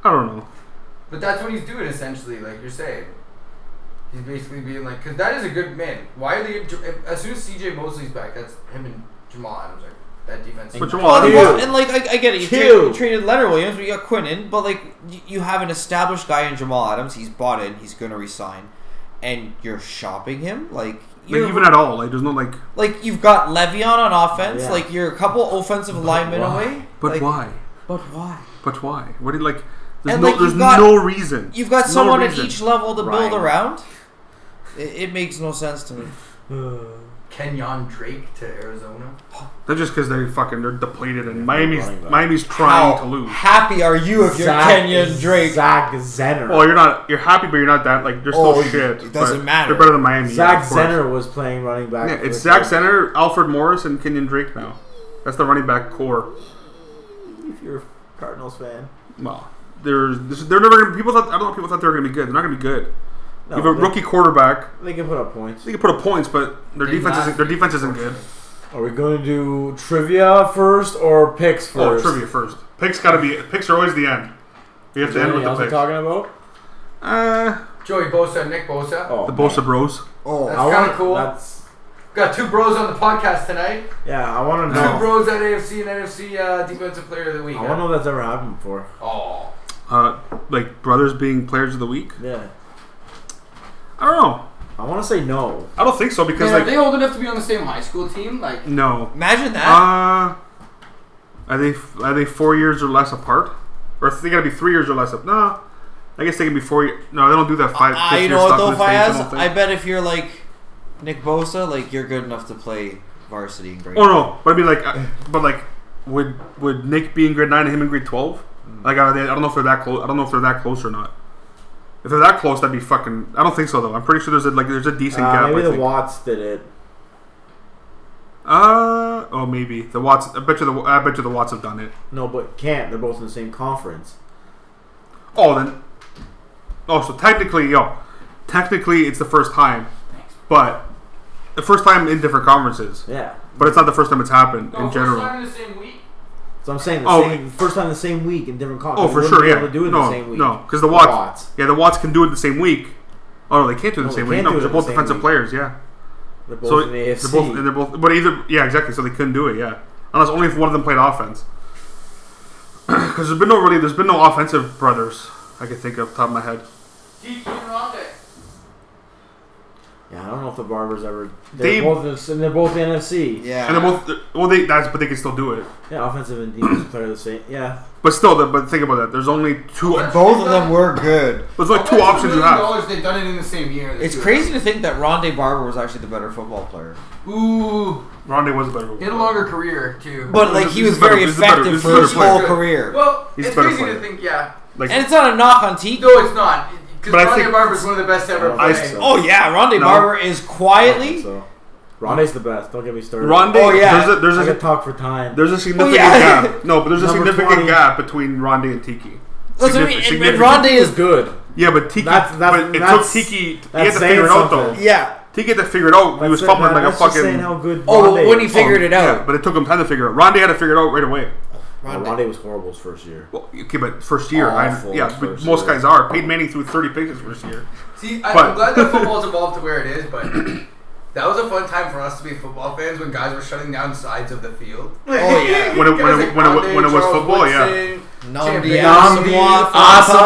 B: I don't know.
E: But that's what he's doing essentially, like you're saying. He's basically being like, because that is a good man. Why are they? As soon as CJ Mosley's back, that's him and Jamal Adams. Like that defense.
B: But
E: Jamal.
B: Jamal
D: Well,
B: Adams.
D: well, and like I, I get it, you,
C: Two.
D: tra- you traded Leonard Williams, but you got Quinn in. But like you, you have an established guy in Jamal Adams, he's bought in, he's gonna resign, and you're shopping him like
B: Like,
D: you're,
B: even at all, like there's no like.
D: like you've got Le'Veon on offense,
C: Yeah.
D: like you're a couple offensive linemen
C: why?
D: away.
B: But
D: like,
B: why?
D: But why?
B: But why? What did like? There's
D: And,
B: no,
D: like,
B: there's
D: you've got-
B: no reason.
D: You've got
B: No
D: someone at
B: reason.
D: each level to
B: Ryan.
D: build around. It, it makes no sense to me.
E: Kenyon Drake to Arizona.
B: They're just because they're fucking they're depleted and Miami's
C: running back.
B: Miami's trying
D: How
B: to lose.
D: happy are you if you're Kenyon Drake?
C: Zach Zenner.
B: Well, you're not you're happy, but you're not that like they're still
D: Oh,
B: shit.
D: it doesn't
B: but
D: matter.
B: They're better than Miami.
C: Zach
B: of course.
C: Zenner was playing running back.
B: Yeah,
C: for
B: it's
C: the
B: Zach
C: Cowboys.
B: Center, Alfred Morris, and Kenyon Drake now. That's the running back core.
C: If you're a Cardinals fan,
B: Well, there's this, they're never gonna, people thought I don't know if people thought they were gonna be good. They're not gonna be good.
C: no,
B: you have a
C: they,
B: rookie quarterback.
C: They can put up points.
B: They can put up points, but their
E: They're
B: defense
E: not.
B: isn't their defense isn't good.
C: Are we going to do trivia first or picks
B: Oh,
C: first?
B: trivia first. Picks gotta be picks are always the end. You have to end
C: Anything
B: with the
C: else we're
B: picks.
C: talking about?
B: Uh,
E: Joey Bosa and Nick Bosa.
C: Oh,
B: the Bosa Bros.
E: That's
C: I
E: kind
C: wanna-
E: of cool.
C: That's
E: Got two bros on the podcast tonight.
C: yeah. I want to
B: Oh.
E: Two
C: know.
E: bros at AFC and NFC uh, Defensive Player of the Week.
C: I want to know if that's ever happened before.
E: Oh,
B: Uh, like brothers being players of the week.
C: Yeah.
B: I don't know.
C: I want to say no.
B: I don't think so because
E: Man, are
B: like
E: they old enough to be on the same high school team? Like,
B: no.
D: Imagine that.
B: Uh, are they are they four years or less apart? Or they gotta be three years or less? Up? No, I guess they can be four. Year, no, they don't do that five.
D: I
B: fifth
D: you
B: year
D: know what
B: stuff
D: though,
B: in the States,
D: Fayaz?
B: don't
D: I
B: think.
D: bet if you're like Nick Bosa, like you're good enough to play varsity in grade.
B: Oh no, but I mean like, I- but like, would would Nick be in grade nine and him in grade twelve?
C: Mm.
B: Like, are they, I don't know if they're that close. I don't know if they're that close or not. If they're that close, that'd be fucking. I don't think so though. I'm pretty sure there's a like there's a decent
C: Uh,
B: gap.
C: maybe
B: I
C: the
B: think.
C: Watts did it.
B: uh oh, maybe the Watts. I bet you the I bet you the Watts have done it.
C: No, but can't. They're both in the same conference.
B: Oh, then. Oh, so technically, yo, technically it's the first time, but the first time in different conferences.
C: Yeah.
B: But it's not the first time it's happened
E: Oh,
B: in general.
E: Time in the same week.
C: So I'm saying the
B: Oh.
C: same first time the same week in different
B: oh,
C: conference.
B: for
C: They
B: sure,
C: wouldn't be
B: yeah.
C: able to do it
B: no,
C: the same week.
B: no, because the Watts,
C: Watts.
B: yeah, the Watts can do it the same week. Oh, no, they can't do it the
C: No,
B: same
C: they
B: week.
C: can't
B: No,
C: do
B: because
C: it
B: they're both
C: the same
B: defensive
C: week.
B: players. Yeah.
C: They're both
B: so
C: in the
B: they're
C: AFC.
B: both, and they're both, but either, yeah, exactly. So they couldn't do it, yeah. Unless only if one of them played offense. Because there's been no really, there's been no offensive brothers I can think of top of my head.
E: Deep in Ronde.
C: yeah, I don't know if the Barbers ever.
B: They-
C: They're both in the- and they're both NFC.
D: Yeah.
B: And they're both, well, they that's, but they can still do it.
C: Yeah, offensive and defensive player of the same. Yeah.
B: But still, the, but think about that. There's only two.
D: both of them were good.
B: There's like two options you have.
E: They've done it in the same year.
D: It's crazy to think that Rondé Barber was actually the better football player.
E: Ooh,
B: Rondé was a better.
E: he had a longer career too.
D: But like he
B: He's
D: was
B: better-
D: very
B: he's better-
D: effective
B: he's
D: for
B: better
D: his
B: player.
D: whole career.
E: well,
B: He's
E: it's
B: better
E: crazy
B: player.
E: to think, yeah.
B: like
D: And it's not a knock on Teague.
E: No, it's not. Because
B: But I
E: Ronde
B: think-
E: Barber's one of the best to ever.
C: I
E: play.
C: don't think so.
D: Oh yeah, Rondé
B: No.
D: Barber is quietly.
C: Um, So, Ronde's the best. Don't get me started.
B: Rondé.
D: Oh, yeah.
B: There's a there's
C: I could
B: a,
C: talk for time.
B: there's a significant
D: yeah.
B: gap. No, but there's a
C: Oh, Number
B: significant
C: 20.
B: gap between Rondé and Tiki.
D: That's what I mean.
B: Significant-
D: And, and
B: significant.
D: Rondé
C: He is
D: is
C: good.
B: Yeah, but Tiki.
C: That's- that's-
B: but it
C: that's-
B: took Tiki. He had
C: that's
B: to
C: saying
B: figure it out though.
C: something.
D: yeah.
B: Tiki had to figure it out. He was
C: That's-
B: fumbling like a
C: that's just
B: fucking.
C: saying how good.
D: Oh,
C: Rondé
D: when he
C: is. Um,
D: figured it
B: Yeah,
D: out.
B: but it took him time to figure it out. Rondé had to figure it out right away.
C: Oh, Rondé was horrible his first year.
B: Well, okay, but first year, I,
C: Awful
B: yeah, but
C: first
B: most
C: year.
B: guys are. Peyton Manning threw 30 picks his first year.
E: See, I,
B: But-
E: I'm glad that football's evolved to where it is, but that was a fun time for us to be football fans when guys were shutting down sides of the field. Oh
D: yeah.
B: When it- when it- when it- when it was football, yeah.
D: Namdi
C: Namdi
D: Asamoah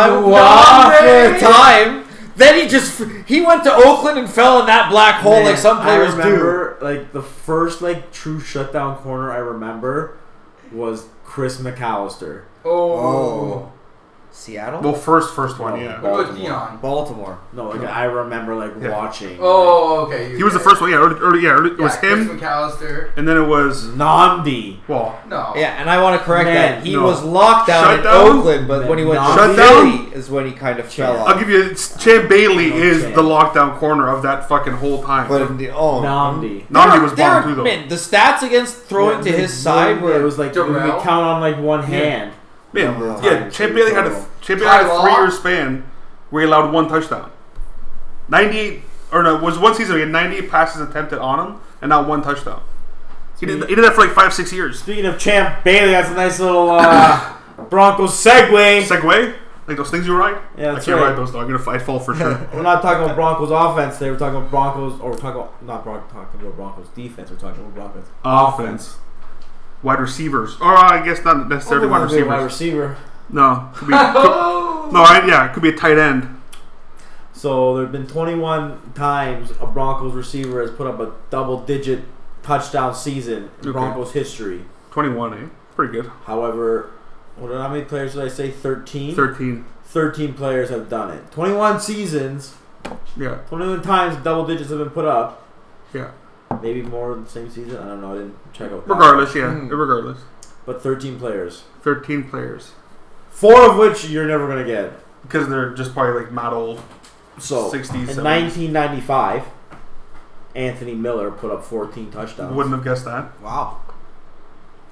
C: Asamoah
D: for a
C: for
D: time. Then he just he went to Oakland and fell in that black hole like
C: Man,
D: some players
C: I
D: do.
C: remember, Like the first like true shutdown corner I remember was Chris McAllister.
E: Oh.
D: Seattle,
B: Well, first, first
C: Oh.
B: one, yeah.
E: What about
C: Baltimore.
E: Dion?
D: Baltimore.
C: No, like, I remember like
B: Yeah.
C: watching.
E: Oh, okay.
B: He was the first one, yeah. Early, early, yeah, early, it was him,
E: Chris McAllister.
B: and then it was
C: Namdi.
B: well,
E: No.
D: Yeah, and I want to correct
C: Man,
D: that he
B: no.
D: was locked down
B: Shut
D: in
B: down?
D: Oakland, but when he went to
B: Shut
D: Philly is when he kind of fell
B: I'll
D: off.
B: give you. Chan Bailey is
C: Chan.
B: the lockdown corner of that fucking whole time.
D: But in the oh,
C: Namdi.
B: Namdi
D: There-
B: was
D: there-
B: bottom two though.
D: Man, the stats against throwing to
C: Yeah,
D: his
C: they-
D: side
C: it
D: were
C: was like you could
E: Darrell.
C: count on like one hand.
B: Man,
D: Number of
B: yeah,
D: times
B: Chan
D: he
B: Bailey
D: was
B: had a
D: total.
B: Chan Bailey had
E: Ty
B: a
E: Law?
B: three year span where he allowed one touchdown. Ninety or no, it was one season he had ninety passes attempted on him and not one touchdown. He did, he did that for like five six years.
C: Speaking of Champ Bailey, that's a nice little uh, Broncos segue.
B: Segway, like those things you ride.
C: Yeah,
B: I
C: that's
B: can't
C: right.
B: ride those. Though. I'm gonna fight fall for sure. Uh,
C: We're not talking about Broncos offense today. We're talking about Broncos, or we're talking about not Broncos, talking about Broncos defense. We're talking about Broncos.
B: Offense. Wide receivers, or uh, I guess not necessarily wide
C: Probably
B: receivers.
C: wide receiver.
B: No, could be, could, no, I, yeah, it could be a tight end.
C: So there have been 21 times a Broncos receiver has put up a double-digit touchdown season in
B: Okay.
C: Broncos history.
B: Twenty-one, eh? Pretty good.
C: However, What, how many players did I say? 13?
B: 13.
C: 13 players have done it. 21 seasons,
B: Yeah,
C: 21 times double digits have been put up.
B: yeah.
C: Maybe more in the same season. I don't know. I didn't check out. that.
B: Regardless, yeah,
C: Hmm.
D: Mm.
B: regardless.
C: But 13 players.
B: 13 players.
C: Four of which you're never going to get.
B: Because they're just probably like not old.
C: So,
B: 60s,
C: in
B: 70s.
C: 1995, Anthony Miller put up 14 touchdowns.
B: Wouldn't have guessed that.
D: Wow.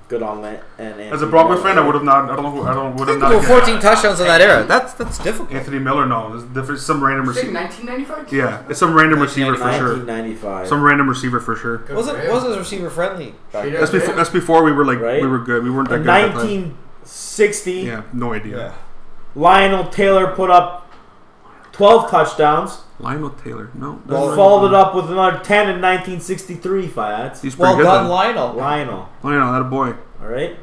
C: Good on that. And Anthony
B: As a Broncos
C: Miller.
B: fan, I would have not. I don't know. Who, I don't would have not.
D: Well,
B: guessed.
D: 14 touchdowns in that era. That's that's difficult.
B: Anthony Miller, no. It's different. Some random
E: Say
B: receiver.
E: 1995?
B: Yeah, it's some random receiver for sure.
C: 1995.
B: Some random receiver for sure.
E: Good
D: Wasn't
E: for him.
D: wasn't receiver friendly back then.
B: That's before. That's before we were like
C: Right?
B: we were good. We weren't that
C: in
B: good. at that time.
C: 1960,
B: Yeah, no idea.
C: Lionel Taylor put up 12 touchdowns.
B: Lionel Taylor, no.
C: Well, followed it up with another 10 in 1963, Fayette.
B: He's pretty
D: Well
B: good.
D: done,
B: then.
D: Lionel.
C: Lionel.
B: Lionel, that a boy.
C: All right.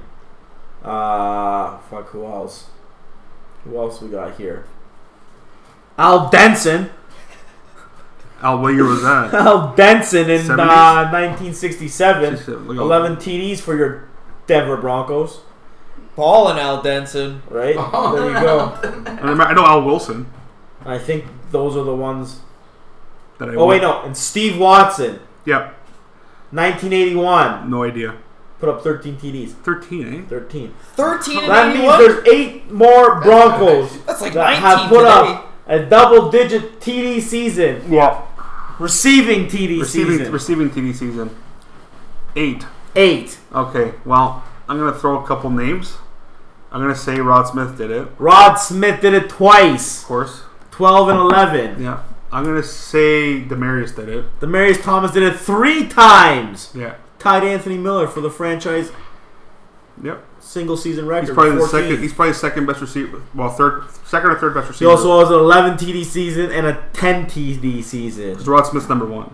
C: Uh, fuck. Who else? Who else we got here? Al Denson.
B: Al, what year was that?
C: Al Denson in uh,
B: 70s?
C: 1967.
B: 67, look at all-
C: 11 TDs for your Denver Broncos.
D: Paul and Al Denson.
C: Right
B: Oh,
C: there, you go.
B: I remember- I know Al Wilson.
C: I think those are the ones.
B: That I
C: Oh wait, no. And Steve Watson,
B: Yep,
C: 1981,
B: no idea.
C: put up 13 TDs.
B: Thirteen, eh?
C: 13.
D: 13 and
C: That means
D: 81?
C: there's eight more Broncos
D: That's like
C: that
D: 19
C: have put
D: today.
C: up a double-digit TD season,
B: Yeah.
C: receiving TD
B: Receiving
C: season.
B: receiving TV season. Eight.
C: eight.
B: Okay. Well, I'm gonna throw a couple names. I'm gonna say Rod Smith did it, of
C: Rod Smith did it twice,
B: course.
C: 12 and 11.
B: Yeah. I'm gonna say Demarius did it.
C: The Marys Thomas did it three times.
B: Yeah.
C: Tied Anthony Miller for the franchise
B: Yep.
C: single season record.
B: He's probably the
C: 14.
B: second. He's probably second best receiver. Well, third, second or third best
C: He
B: receiver.
C: also has an 11 TD season and a 10 TD season.
B: It's Rod Smith's number one.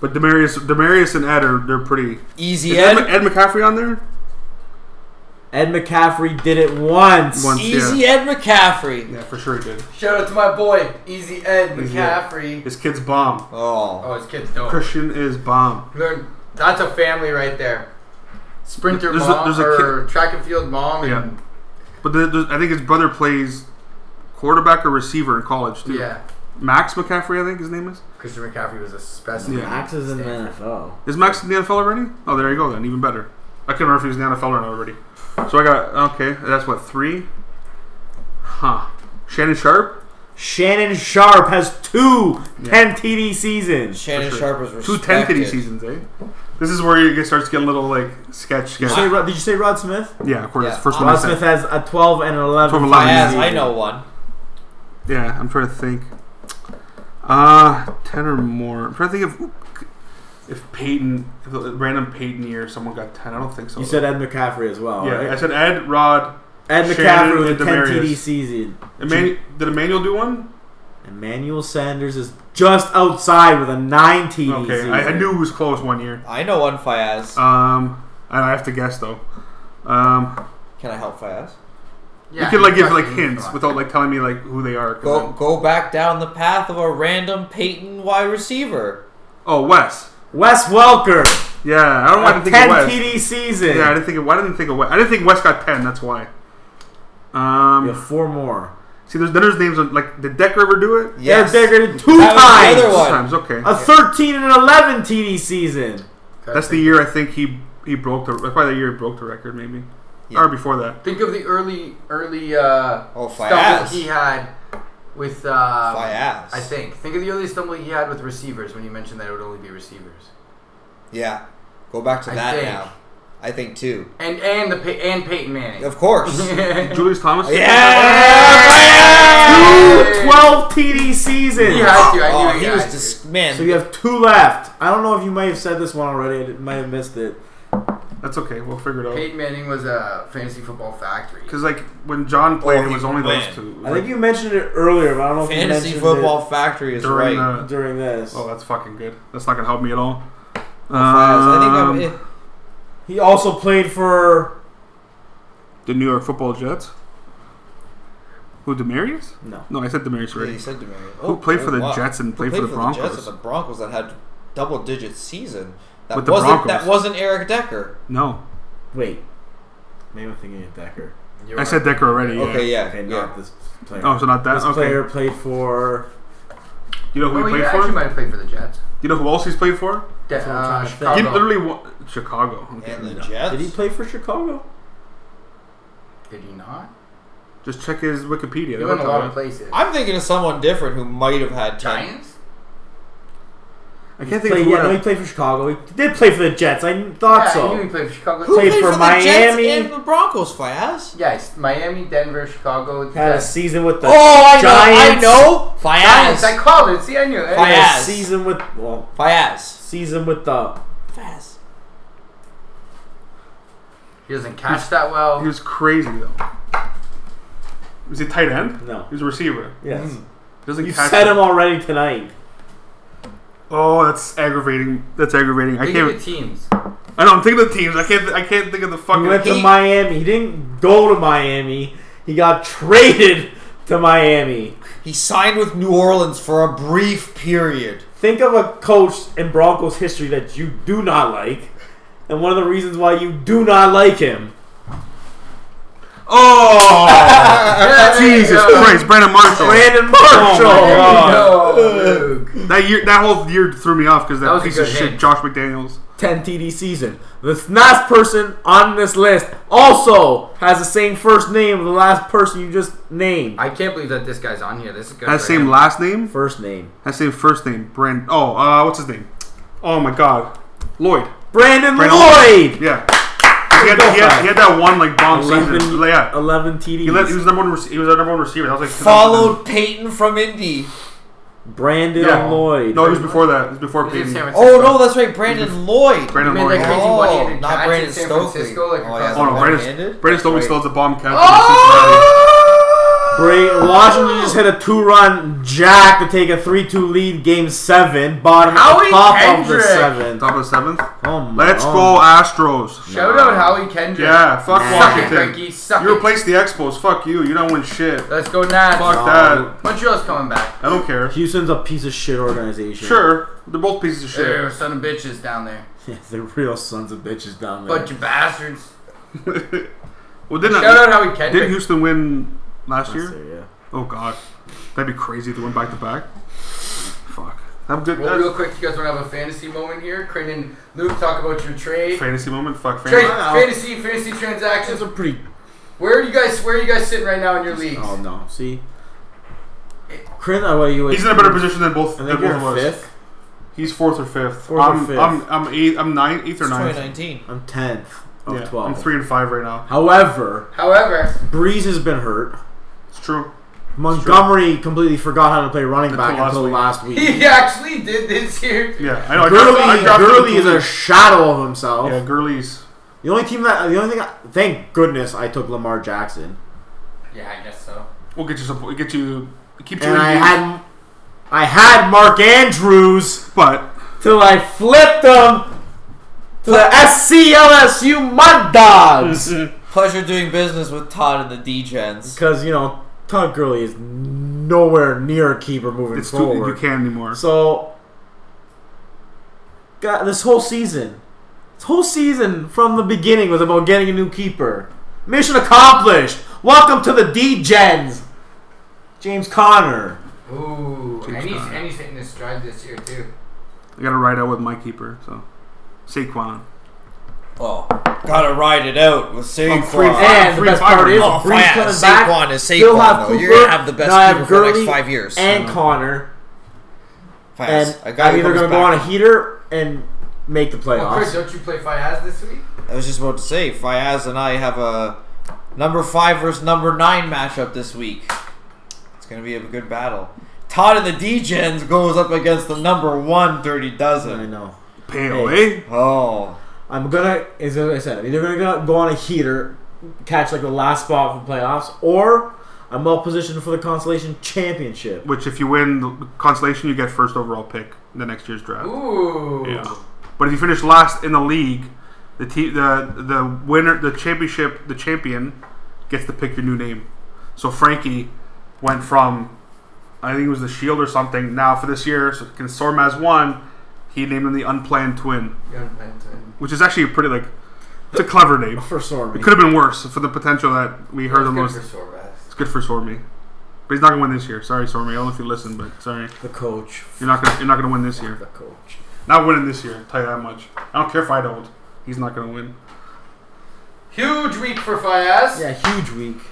B: But Demarius, Demarius and Ed are they're pretty.
D: Easy
B: Is
D: Ed.
B: Ed, Ed McCaffrey on there?
C: Ed McCaffrey did it once.
B: Once.
D: Easy
B: Yeah.
D: Ed McCaffrey.
B: Yeah, for sure he did.
E: Shout out to my boy, Easy Ed
B: Easy
E: McCaffrey.
B: His kid's bomb.
D: Oh.
E: Oh, his kid's dope.
B: Christian is bomb.
E: Learn, that's a family right there. Sprinter
B: There's a-
E: mom
B: there's a
E: or track and field mom. And,
B: But the, the, I think his brother plays quarterback or receiver in college too.
E: yeah.
B: Max McCaffrey, I think his name is.
E: Christian McCaffrey was a specimen.
B: Yeah.
C: Max is in the NFL.
D: Oh.
B: Is Max in the NFL already? Oh, there you go then. Even better. I can't remember if he was in the NFL or not already. So I got okay. That's what three. Huh. Shannon Sharp,
C: Shannon Sharp has two
B: Yeah.
C: 10 TD seasons.
D: Shannon
B: sure.
D: Sharp was
B: two
D: respected.
B: ten kitty seasons, eh? This is where it starts getting a little like sketch sketch.
C: Did you say, Rod- did you say Rod Smith?
B: Yeah, of course.
D: Yeah.
B: First one I
C: Rod
B: said.
C: Smith has a 12 and an 11.
B: 12, 11.
D: Yes,
C: season.
D: I know one.
B: Yeah, I'm trying to think. Uh, 10 or more. I'm trying to think if if Peyton, if a random Peyton year, someone got 10. I don't think so.
C: You said Ed McCaffrey as well,
B: yeah, I
C: right?
B: said Ed, Rod.
C: Ed
B: Shannon
C: McCaffrey with a
B: and
C: 10
B: Demarius.
C: TD season.
B: Emmanuel, did Emmanuel do one?
C: Emmanuel Sanders is just outside with a 9 TD
B: Okay,
C: season.
B: I, I knew it was close one year.
D: I know one, Fayaz.
B: Um, I I have to guess though. Um,
D: Can I help Fayaz?
E: Yeah,
B: you can like give
E: fucking
B: like hints
E: fuck.
B: without like telling me like who they are. 'cause
D: Go
B: I'm-
D: go back down the path of a random Peyton wide receiver.
B: oh, Wes.
C: Wes Welker,
B: Yeah, I don't want
C: a
B: to
C: 10
B: think of Wes.
C: TD season.
B: Yeah, I didn't think of. Why didn't I think of Wes? I didn't think Wes got ten. That's why. Um,
C: You have four more.
B: See, there's, then there's names on, like, did Decker ever do it?
D: Yes.
C: Ed Decker two
D: That was the
C: times.
D: other one.
B: Sometimes, okay.
C: A 13 and an 11 TD season.
B: That's the year I think he he broke the, that's probably the year he broke the record, maybe.
D: Yeah.
B: Or before that.
E: Think of the early, early uh,
D: Oh,
E: stumble
D: Fayaz.
E: he had with. Uh,
D: Fayaz.
E: I think. Think of the early stumble he had with receivers when you mentioned that it would only be receivers.
D: Yeah. Go back to
E: I
D: that
E: think.
D: now. I think too.
E: And and the Pey- and Peyton Manning.
D: Of course.
B: Julius Thomas?
D: yeah.
C: Two 12 TD seasons.
E: He had to. I knew
D: Oh,
E: he,
D: he
E: had
D: was
E: to.
D: just man.
C: So you have two left. I don't know if you might have said this one already. I did- might have missed it.
B: That's okay, we'll figure it out.
E: Peyton Manning was a fantasy football factory.
B: Because, like, when John played,
D: Oh,
B: it
D: he
B: was only
D: ran.
B: those two.
C: I think you mentioned it earlier, but I don't know if
D: Fantasy
C: you mentioned
D: football factory is
B: during
D: right.
C: it
B: the.
C: during this.
B: Oh, that's fucking good. That's not going to help me at all.
D: Fayaz. I
B: Um,
D: think I'm,
C: He also played for
B: the New York Football Jets. Who, Demarius?
C: no.
B: No, I said Demarius
D: Yeah,
B: already.
D: he said to me.
B: Who
D: Oh,
B: played for
D: oh,
B: the
D: wow.
B: Jets and played,
D: played
B: for the Broncos?
D: Jets and the Broncos that had double-digit season. That
B: With the
D: wasn't
B: Broncos.
D: that wasn't Eric Decker.
B: no.
C: Wait, maybe I'm thinking of Decker.
E: You're
B: I said
E: right.
B: Decker already. Yeah.
D: Okay, yeah,
C: Okay,
D: yeah.
C: not this player.
B: Oh, so not that.
C: This
B: okay.
C: player played for.
B: You know who
E: Oh,
B: he
E: he
B: played
E: actually
B: for?
E: might have played for the Jets.
B: You know who else he's played for?
E: De-
C: what I'm
E: uh,
C: trying to think.
B: He
E: Chicago.
B: literally won Chicago. Okay.
D: And the Jets.
C: Did he play for Chicago?
E: Did he not?
B: Just check his Wikipedia.
E: He
B: They
E: went
B: looked
E: a lot
B: at
E: of
B: it.
E: places.
D: I'm thinking of someone different who might have had ten.
E: Giants.
B: I can't think of
C: Played,
B: who.
C: yeah, no,
B: had-
C: he played for Chicago. He did play for the Jets. I thought
E: Yeah,
C: so.
E: I knew he played for Chicago.
D: Who
C: Played
D: played
C: for
D: for, the Jets
C: Miami.
D: and the Broncos, Fias?
E: Yes, Miami, Denver, Chicago.
C: Had a
E: Jets.
C: season with the
D: Oh, I
C: Giants.
D: know, I know.
E: Giants. I
D: Fias.
E: called it. See, I knew it.
D: Fire.
C: Had a
D: Yes.
C: season with well,
D: Fias.
C: season with the
D: Fias.
E: He doesn't catch that well.
B: He was crazy though. Was he tight end?
C: no.
B: He was a receiver.
C: Yes,
E: Hmm.
B: He doesn't
C: you
B: catch
C: said
B: it.
C: him already tonight.
B: Oh, that's aggravating. That's aggravating. I
E: Think of the
B: can't.
E: teams.
B: I know. I'm thinking of the teams. I can't. I can't think of the
C: He went
B: fucking.
C: to
D: He-
C: Miami. He didn't go to Miami. He got traded to Miami.
D: He signed with New Orleans for a brief period.
C: Think of a coach in Broncos history that you do not like, and one of the reasons why you do not like him.
B: Oh,
E: Yeah, there you
B: Jesus
E: go.
B: Christ! Brandon Marshall.
C: Brandon Marshall.
E: There you go, Luke.
B: That year, that whole year threw me off because that,
E: That was a
B: piece of
E: good
B: shit,
E: hit.
B: Josh McDaniels.
C: 10 TD season. The last person on this list also has the same first name of the last person you just named.
E: I can't believe that this guy's on here. This is good.
B: That
E: for
B: same
E: him.
B: last name,
C: First name.
B: that same first name, Brand. Oh, uh, what's his name? Oh my God, Lloyd.
C: Brandon,
B: Brandon
C: Lloyd!
B: Yeah, he had, he had, he had that one like bomb season.
C: 11,
B: Yeah,
C: 11 TDs.
B: he, let, he was number one. rece- He was our number one receiver. That was like
D: Followed Peyton from Indy.
C: Brandon
B: Yeah.
C: Lloyd.
B: No, it was before that. It was before
E: He was in
B: Peyton.
E: San Francisco.
D: Oh no, that's right, Brandon Lloyd.
B: Brandon
E: He made
B: Lloyd.
E: that crazy
D: Oh,
E: one-handed
D: not
E: catch in
D: Brandon
E: San
D: Stokely.
E: Francisco, like
D: Oh,
E: across
D: yeah.
E: the
B: Oh no,
E: line.
B: Brandon,
D: One-handed?
B: Brandon Stokely still has a bomb catch.
E: Oh!
C: Bra- Washington just hit a two-run jack to take a 3-2 lead game 7. Bottom
E: Howie
C: top of the
E: Kendrick.
C: 7th.
B: Top of the seventh.
C: Oh my
B: Let's
C: oh.
B: go Astros.
E: Shout out Howie Kendrick.
B: Yeah, fuck
E: Suck it, Frankie.
B: Washington.
E: Suck
B: You
E: it.
B: replaced the Expos. Fuck you. You don't win shit.
E: Let's go Nats.
B: Fuck
C: No.
B: that.
E: Montreal's coming back.
B: I don't care.
C: Houston's a piece of shit organization.
B: Sure, they're both pieces of
E: They're
B: shit.
E: son of bitches down there.
C: They're real sons of bitches down there.
E: Bunch of bastards.
B: Well, didn't
E: Shout out Howie
B: did
E: Kendrick.
B: Houston win last year?
C: yeah.
B: Oh god, that'd be crazy if they went back to back. Fuck. I'm good.
E: Well, real
B: That's
E: quick, you guys want to have a fantasy moment here? Crane and Luke, talk about your trade.
B: fantasy moment. Fuck
E: Trade,
B: fantasy.
C: Wow.
E: fantasy, fantasy transactions.
C: Those are pretty.
E: Where are you guys? Where are you guys sitting right now in your leagues?
B: Um,
C: Oh no, see, Chris, oh, what are you?
B: He's in a better position than both.
C: I
B: Than
C: think
B: both of
C: you're
B: us.
C: fifth.
B: He's fourth or fifth.
C: Fourth or
B: I'm,
C: fifth.
B: I'm I'm eighth. I'm ninth, eighth or
D: It's
B: ninth.
D: 2019.
C: I'm tenth of
B: Yeah,
C: twelve.
B: I'm three and five right now.
C: However,
E: However,
C: Breeze has been hurt.
B: It's true.
C: Montgomery completely forgot how to play running
B: Until
C: back
B: last
C: until
B: week.
C: last week.
E: he actually did this year.
B: Yeah, I know. I dropped- I
C: Gurley,
B: dropped him
C: Gurley
B: to
C: is a
B: lose.
C: shadow of himself.
B: yeah, Gurley's.
C: The only team that, the only thing, I, thank goodness, I took Lamar Jackson,
E: Yeah, I guess so.
B: We'll get you some. We'll get you. Keep you.
C: and
B: in the
C: I
B: game,
C: had, I had Mark Andrews.
B: But
C: till I flipped them to the SCLSU Mud Dogs.
D: Pleasure doing business with Todd and the D-Gens.
C: Because, you know, Todd Gurley is nowhere near a keeper moving
B: it's too, you
C: forward.
B: can't anymore.
C: so, God, this whole season, this whole season from the beginning was about getting a new keeper. Mission accomplished. Welcome to the D-Gens. James Conner.
E: Ooh, and he's,
B: Conner.
E: and he's hitting his stride this year too.
B: I got to ride out with my keeper. So Saquon.
D: Oh, gotta ride it out with
B: I'm three and
D: Saquon.
B: five.
C: And the best part is,
D: Oh,
C: Breeze
D: Fias,
C: coming back.
D: Saquon is Saquon.
C: You'll have
D: though. You're
C: Cooper,
D: gonna have the best
C: now I have
D: keeper for the
C: Gurley
D: next five years.
C: And Connor.
D: Fias,
C: and
D: a guy
C: I'm
D: who
C: either
D: comes
C: going to go on a
D: back.
C: heater and make the
E: Well, Oh, Chris,
C: playoffs.
E: don't you play Fiaz this week?
D: I was just about to say, Fias and I have a number five versus number nine matchup this week. It's gonna be a good battle. Todd and the D-Gens goes up against the number one Dirty
C: I
D: Dozen.
C: know.
B: Pale, eh?
D: Oh,
C: I'm gonna, as I said, I'm either gonna go- go on a heater, catch like the last spot for playoffs, or I'm well positioned for the consolation championship.
B: Which, if you win the consolation, you get first overall pick in the next year's draft.
E: Ooh.
B: Yeah. But if you finish last in the league, the te- the the winner, the championship, the champion gets to pick your new name. So Frankie went from I think it was the Shield or something. Now for this year, so can Sormaz one, he named him the Unplanned Twin,
E: You don't plan to-
B: which is actually a pretty like It's a clever name.
C: for Sormy.
B: It could have been worse for the potential that we heard the
E: Good
B: most.
E: for Sorvas.
B: It's good for Sormy, but he's not gonna win this year. Sorry, Sormy. I don't know if you listen, but sorry,
C: The coach.
B: you're not gonna you're not gonna win this
C: The
B: year.
C: coach.
B: Not winning this year. I'll tell you that much. I don't care if I don't. He's not gonna win.
E: Huge week for Fayaz.
C: Yeah, huge week.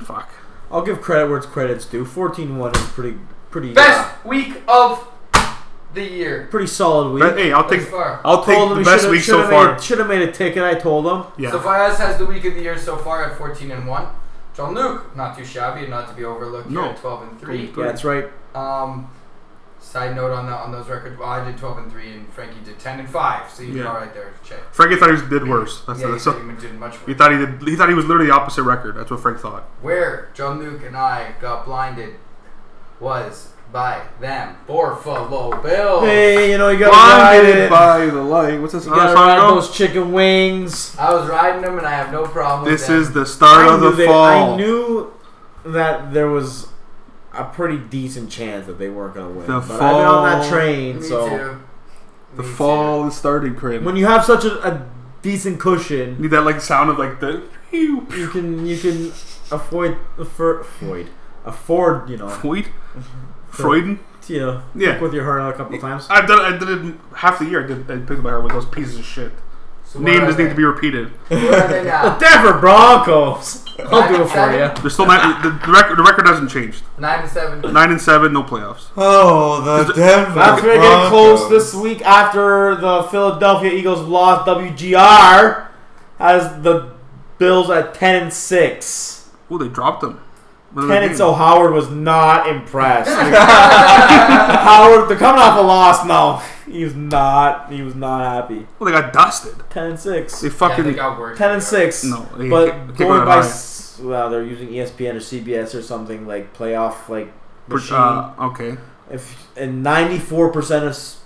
B: Fuck.
C: I'll give credit where it's credit's due. 14-1 is pretty pretty uh,
E: Best week of the year.
C: pretty solid week.
B: But hey, I'll take
E: Thus far.
B: I'll take the best week so far.
C: Should have made a ticket. I told him.
B: Yeah.
E: So Fayaz has the week of the year so far at 14 and 1. John Luke, not too shabby and not to be overlooked
B: No.
E: here at 12 and 3.
C: Yeah, that's right.
E: Um, side note on that on those records, well, I did 12 and 3 and Frankie did 10 and 5. So you
B: Yeah.
E: are all right there, Che.
B: Frankie thought he did worse. That's
E: Yeah, you
B: that's
E: said you did much
B: He
E: worse.
B: thought he did. He thought he was literally the opposite record. That's what Frank thought.
E: Where John Luke and I got blinded was by them Buffalo
B: oh.
E: Bills.
C: Hey, you know you gotta ride it.
B: by Uh, the light. What's this
C: You gotta ride those chicken wings.
E: I was riding them and I have no problem.
B: This
E: with
B: is the start
C: I
B: of
C: knew,
B: the
C: they-
B: fall.
C: I knew that there was a pretty decent chance that they weren't gonna win.
B: The
C: but I've been on that
B: fall-
C: train,
E: them. Me
C: so
E: too.
B: the
E: Me
B: fall is starting, Craig.
C: when you have such a, a decent cushion,
B: need that like sound of like the pew,
C: you can you can afford afford afford, afford you know
B: Freud, Freuden.
C: you know
B: Yeah.
C: fuck with your heart out a couple times.
B: I've done. I did it half the year. I did. I picked up my heart with those pieces of shit.
E: So where
B: Name
E: are
B: doesn't
E: they?
B: need to be repeated.
E: Where are they now?
C: Denver Broncos. I'll do it for you.
B: They're still not. the, the record. The record hasn't changed.
E: Nine and seven.
B: Nine and seven. No playoffs.
D: Oh, the Denver.
C: That's gonna get close
D: Broncos.
C: this week after the Philadelphia Eagles lost. WGR has the Bills at ten and six.
B: Oh, they dropped them.
C: Ten and so Howard was not impressed. Howard, they're coming off a loss now. He was not. He was not happy.
B: Well, they got dusted.
C: Ten and six.
B: They
E: Yeah,
B: fucking
E: they got worse.
C: Ten and six.
B: no. They
C: But
B: can't- they can't go
C: going
B: that
C: by
B: high.
C: s- well, they're using ESPN or CBS or something like playoff like machine.
B: Uh, okay.
C: If in ninety four percent of s-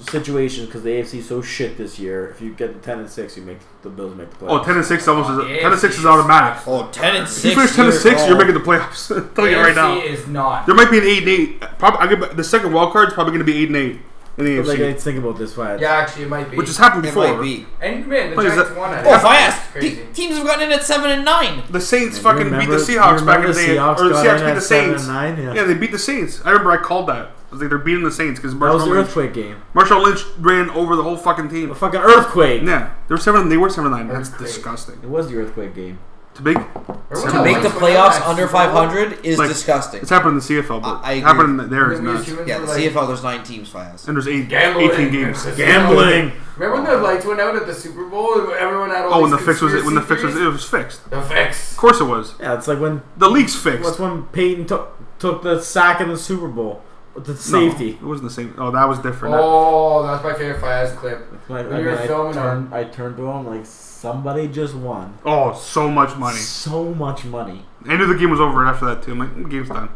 C: situations, because the AFC is so shit this year, if you get the ten and six, you make the Bills make the playoffs.
B: Oh, 10 and six almost is
E: Yeah,
B: ten and six
E: geez.
B: is automatic.
D: Oh, 10 and 6.
B: You finish ten and
D: year-
B: six, you're
D: oh.
B: making the playoffs. I'm telling you
E: AFC
B: right now.
E: is not.
B: There might be an eight and eight. Probably I could, the second wild card's probably going to be eight and eight in the
C: Like,
B: AFC,
C: let's think about this one.
E: Yeah, actually, it might be.
B: which has happened
D: It
B: before.
D: might be.
E: and man, the
B: What is
E: Giants
B: that?
E: won it.
D: Oh, if I asked,
E: Crazy.
D: te- teams have gotten in at 7 and 9.
B: The Saints
C: You
B: fucking
C: remember-
B: beat the Seahawks
C: you
B: back in the
C: remember
B: day, or the
C: got in
B: Seahawks beat
C: at
B: the
C: seven and
B: Saints.
C: Nine, yeah.
B: Yeah, they beat the Saints. I remember I called that. I was like, they're beating the Saints because
C: that was
B: Marshall
C: the
B: Lynch.
C: earthquake game.
B: Marshall Lynch ran over the whole fucking
C: The
B: team.
C: fucking earthquake.
B: Yeah, they were seven. They were seven and nine. That's
E: Earthquake.
C: It
B: disgusting.
C: was the earthquake game.
B: To big,
E: Or
B: To
E: was
D: To
E: it
D: make
E: like
D: the
E: when
D: playoffs
E: that
D: under
E: Super Bowl?
D: 500 is
B: Like,
D: disgusting.
B: it's happened in the CFL, but
D: I- I
B: it happened
D: agree.
B: there is
E: Remember we
B: nuts.
E: as humans
D: Yeah,
E: were
D: the
E: like-
D: CFL, there's nine teams, Fias.
B: And there's eight,
E: Gambling.
B: 18 games.
E: Gambling. Remember when the lights went out at the Super Bowl? and Everyone had all
B: Oh, when the
E: these
B: fix was it? When the fix was it
E: conspiracy
B: was fixed. Of
E: theories? The fix.
B: course it was.
C: Yeah, it's like when
B: The league's
C: what's
B: fixed.
C: when Peyton took took the sack in the Super Bowl with the
B: No,
C: safety.
B: it wasn't the same. Oh, that was different.
E: Oh, that's my favorite Fayaz clip.
C: When I,
E: We were
C: when I
E: filming our-
C: turned, I turned to him like somebody just won
B: Oh, so much money.
C: so much money.
B: I knew the game was over after that too. I'm like, "Mm, game's done.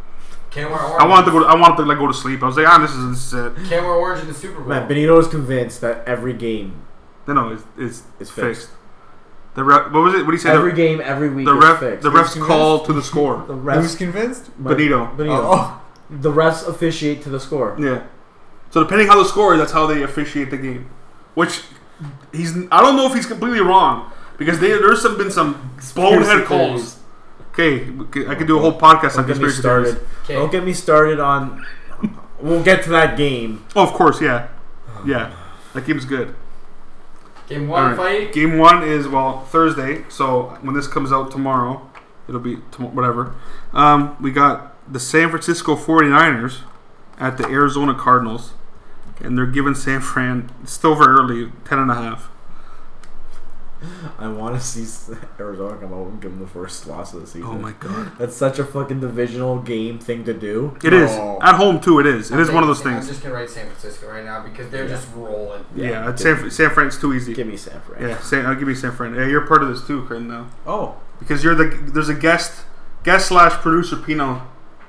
E: Can't wear orange.
B: I wanted to go. To, I wanted to like go to sleep. I was like, ah, this is, this is it.
E: Can't wear orange in the Super Bowl.
C: Man, Benito is convinced that every game,
B: No, no, it's it's,
C: It's
B: fixed.
C: fixed.
B: The ref, what was it? What did he say?
C: every
B: the,
C: game, every week
B: the
C: is
B: ref,
C: fixed.
B: the ref's call to the score.
C: the refs,
D: convinced?
C: my-
B: Benito.
C: Benito.
D: Oh,
C: The refs officiate to the score.
B: Yeah. So depending how the score is, that's how they officiate the game. Which he's. I don't know if he's completely wrong because they, there's some been some bonehead
C: Conspiracy
B: calls. Okay, we could- I could do a whole podcast on
C: Don't get me
B: conspiracy
C: started.
B: theories.
E: Okay.
C: Don't get me started on. We'll get to that game.
B: Oh, of course, yeah, yeah. That game's good.
E: Game one
B: Alright.
E: fight.
B: Game one is well Thursday, so when this comes out tomorrow, it'll be tom- whatever. Um, we got the San Francisco 49ers at the Arizona Cardinals, and they're giving San Fran it's still very early, ten and a half.
C: I want to see s- Arizona come out and give them the first loss of the season.
B: Oh my god,
C: That's such a fucking divisional game thing to do.
B: it is
D: No.
B: at home too. It is. It
E: I'm
B: is one of those
E: taking- I'm
B: things.
E: just gonna write San Francisco right now because they're just rolling.
B: Yeah, it's
C: give
B: San,
C: me-
B: San Fran's too easy.
C: Give me San Fran.
B: Yeah, San, I'll give you San Fran. Yeah, you're part of this too, Craig. Now
D: oh.
B: because you're the there's a guest guest slash producer Pino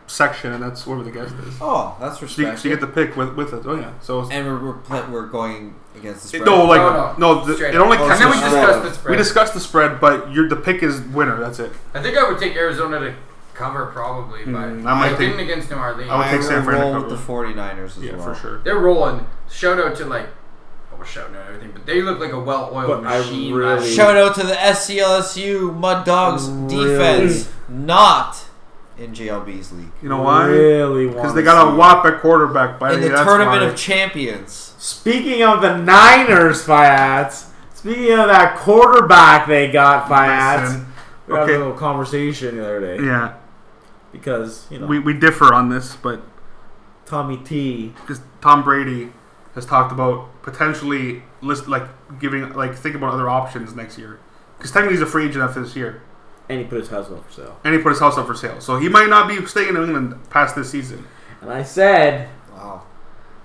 B: section, and that's where the guest is.
D: Oh, that's
B: So you,
D: respect.
B: so you get the pick with with it. Oh yeah. So
D: and we're, we're, pla- we're going against the
B: It-
D: spread.
B: no, like no,
E: No, no.
B: the-
E: Straight
B: it only
D: up.
E: And then we
D: Spread.
B: counts.
E: discussed the spread.
B: we discussed the spread, but your the pick is winner. That's it.
E: I think I would take Arizona to cover probably, but
B: Mm, I
E: I,
B: might
E: didn't
B: take-
E: against New Orleans.
B: I would
D: I
B: take San
D: will
B: Fran to
D: roll with
B: cover.
D: the 49ers as well.
B: sure.
E: They're rolling. Shout out to like we're shouting out everything, but they look like a well-oiled
C: But I
E: machine.
C: really-
E: last year.
D: Shout out to the SCLSU Mud Dogs
C: Really?
D: defense, not in JLB's league.
B: You know why?
C: Really
B: Because
C: wanna
B: they got
C: see
B: a
C: it.
B: whop at quarterback. By
D: In the
B: that's
D: Tournament
B: why.
D: of Champions.
C: Speaking of the Niners, Fiats. Speaking of that quarterback they got, Fiats.
B: Listen,
C: We had
B: Okay.
C: a little conversation the other day
B: Yeah,
C: because you know
B: we, we differ on this, but
C: Tommy T.
B: because Tom Brady has talked about potentially list like giving like think about other options next year. Because technically he's a free agent after this year,
C: and he put his house up for sale.
B: and he put his house up for sale, so he might not be staying in England past this season.
C: And I said
D: Wow.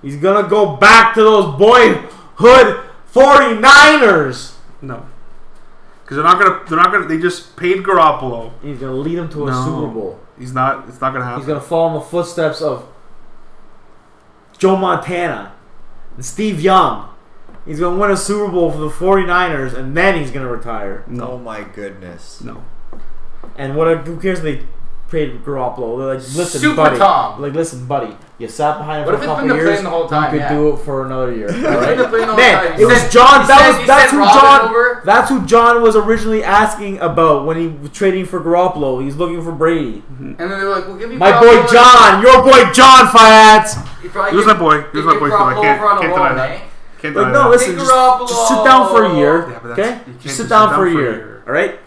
C: he's gonna go back to those boyhood 49ers.
B: No, because they're not gonna they're not gonna they just paid Garoppolo.
C: And he's gonna lead them to a
B: No.
C: Super Bowl.
B: He's not. It's not gonna happen.
C: He's gonna follow in the footsteps of Joe Montana and Steve Young. He's gonna win a Super Bowl for the 49ers and then he's gonna retire.
D: Oh
B: no,
D: my goodness.
B: no.
C: And what? Who cares? if They paid Garoppolo. They're like, listen,
E: Super
C: buddy.
E: Tom.
C: Like, listen, buddy. You sat behind him
E: What
C: for
E: if
C: a
E: it's
C: couple
E: been the
C: years.
E: plan the whole time,
C: You could
E: yeah.
C: do it for another year. all
E: They've
C: right?
E: been playing all the time.
C: Man,
E: You
C: it was
E: said-
C: John.
E: you
C: That
E: said-
C: was
E: you
C: that's
E: said
C: who
E: Robin
C: John.
E: over?
C: That's who John was originally asking about when he was trading for Garoppolo. He's looking for Brady.
E: And then they were like, "We'll give you
C: My
E: Mm-hmm. Garoppolo
C: boy
E: and-
C: John, your boy John Fiats.
E: You probably
B: He was
E: give-
B: my boy. He was
E: you
B: my
E: give
B: boy, so I
E: Garoppolo
B: can't-
E: over on a
B: can't deny
E: loan,
B: that.
E: eh?
B: Can't deny
C: Like, no,
B: that.
C: listen, just,
E: Garoppolo.
C: just sit down for a year,
B: Yeah, but that's-
C: okay?
B: you can't
C: Just
B: just
C: sit down,
B: sit
C: for a
B: down for a
C: year,
B: year.
C: all right?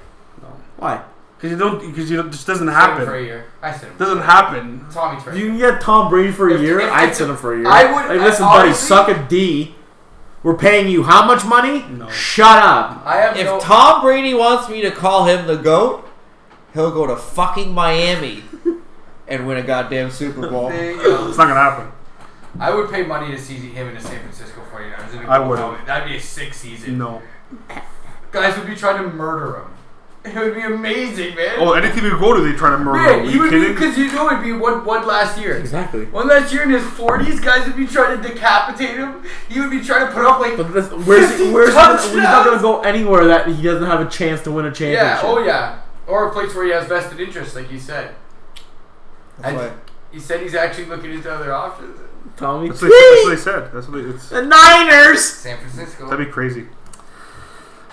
B: No.
C: Why?
B: Because you don't. Because you don't, it just doesn't
E: Sit him for a
B: happen.
E: year. I said
B: Doesn't happen.
E: Tommy Trey.
C: If you can get Tom Brady for a
E: If-
C: year,
E: if-
C: I'd
E: if-
C: send him for a year.
E: I would-
C: Like,
E: I-
C: listen, buddy,
E: honestly-
C: suck a D. We're paying you how much money?
B: No.
C: Shut up.
E: I have no.
D: If Tom Brady wants me to call him the GOAT, he'll go to fucking Miami and win a goddamn Super Bowl.
E: There you go.
B: It's not gonna happen.
E: I would pay money to see him in the San Francisco 49ers. In a
B: I
E: gold
B: wouldn't.
E: helmet. That'd be a sick season.
B: No.
E: Guys would be trying to murder him. It would be amazing, man.
B: Oh, anything you go to, they try to murder.
E: man,
B: Are
E: you
B: you
E: would
B: kidding?
E: because you know it'd be one one last year.
C: Exactly.
E: One last year in his 40s, guys would be trying to decapitate him. He would be trying to put up like.
C: But this, where's he,
E: 50
C: where's he gonna, he's not
E: touchdowns?
C: going to go anywhere that he doesn't have a chance to win a championship.
E: Yeah, oh yeah. Or a place where he has vested interest, like you said.
D: That's
E: And
D: why-
E: he said he's actually looking into other options.
C: Tommy
B: That's what, they, that's what
C: T.
B: they said. That's what they, it's.
C: The Niners.
E: San Francisco.
B: That'd be crazy.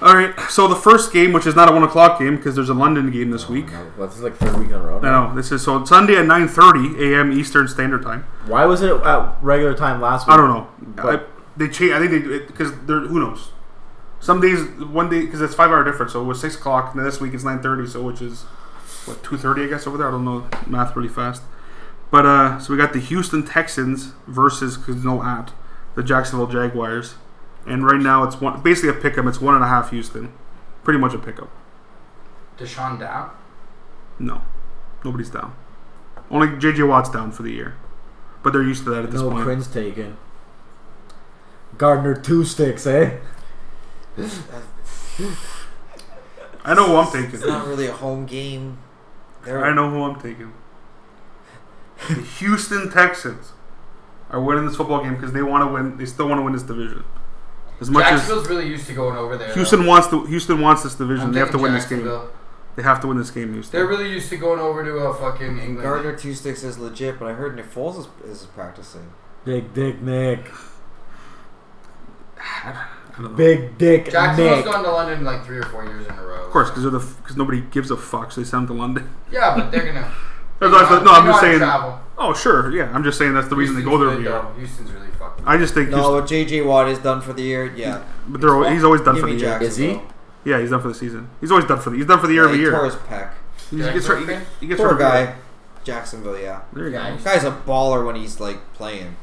B: All right. So the first game, which is not a one o'clock game, because there's a London game this week.
C: this is like third week in a row.
B: No, this is so it's Sunday at nine thirty a.m. Eastern Standard Time.
C: Why was it at regular time last week?
B: I don't know. I,
C: But-
B: they change. I think they because they're who knows. Some days, one day, because it's five hour difference. So it was six o'clock, and then this week it's nine thirty. So which is what two thirty, I guess, over there. I don't know math really fast. But uh, so we got the Houston Texans versus because no at the Jacksonville Jaguars, and right now it's one basically a pick'em. It's one and a half Houston, pretty much a pick'em.
E: Deshaun down.
B: No, nobody's down. Only JJ Watt's down for the year, but they're used to that at this
C: No
B: point.
C: Prince taken. Gardner two sticks, eh?
B: I know who I'm taking.
D: It's not really a home game. They're-
B: I know who I'm taking. The Houston Texans are winning this football game because they want to win. They still want to win this division. As much as
E: Jacksonville's really used to going over there.
B: Houston wants to, Houston wants this
E: though.
B: division.
E: I'm
B: They have to
E: taking
B: win this game.
E: Jacksonville.
B: They have to win this game, Houston.
E: They're really used to going over to a fucking England.
D: Gardner Two Sticks is legit, but I heard Nick Foles is, is practicing.
C: Big dick Nick.
B: I don't know.
C: Big dick
E: Jacksonville's
C: Nick.
E: gone to London like three or four years in a row.
B: Of course, because nobody gives a fuck, so they send them to London.
E: Yeah, but they're gonna.
B: That's what I said. No, I'm
E: they're
B: just
E: gonna
B: saying.
E: Travel.
B: Oh, sure, yeah. I'm just saying that's the reason they go there.
E: Houston's
B: every
E: good,
B: year.
E: though. Houston's really fucked. up.
B: I just think,
D: No,
B: Houston,
D: what J.J. Watt is done for the year, yeah.
B: but they're, al- he's always done
D: Give
B: for
D: me
B: the year.
C: Is he?
D: Jacksonville.
B: Yeah, he's done for the season. He's always done for the. He's done for the year every
D: he tore
B: year.
D: his pec.
B: He gets hurt. He gets- he gets
D: Poor
B: hurt every year.
D: guy. Jacksonville, yeah.
B: There you go.
E: Yeah,
D: Guy's a baller when he's like playing.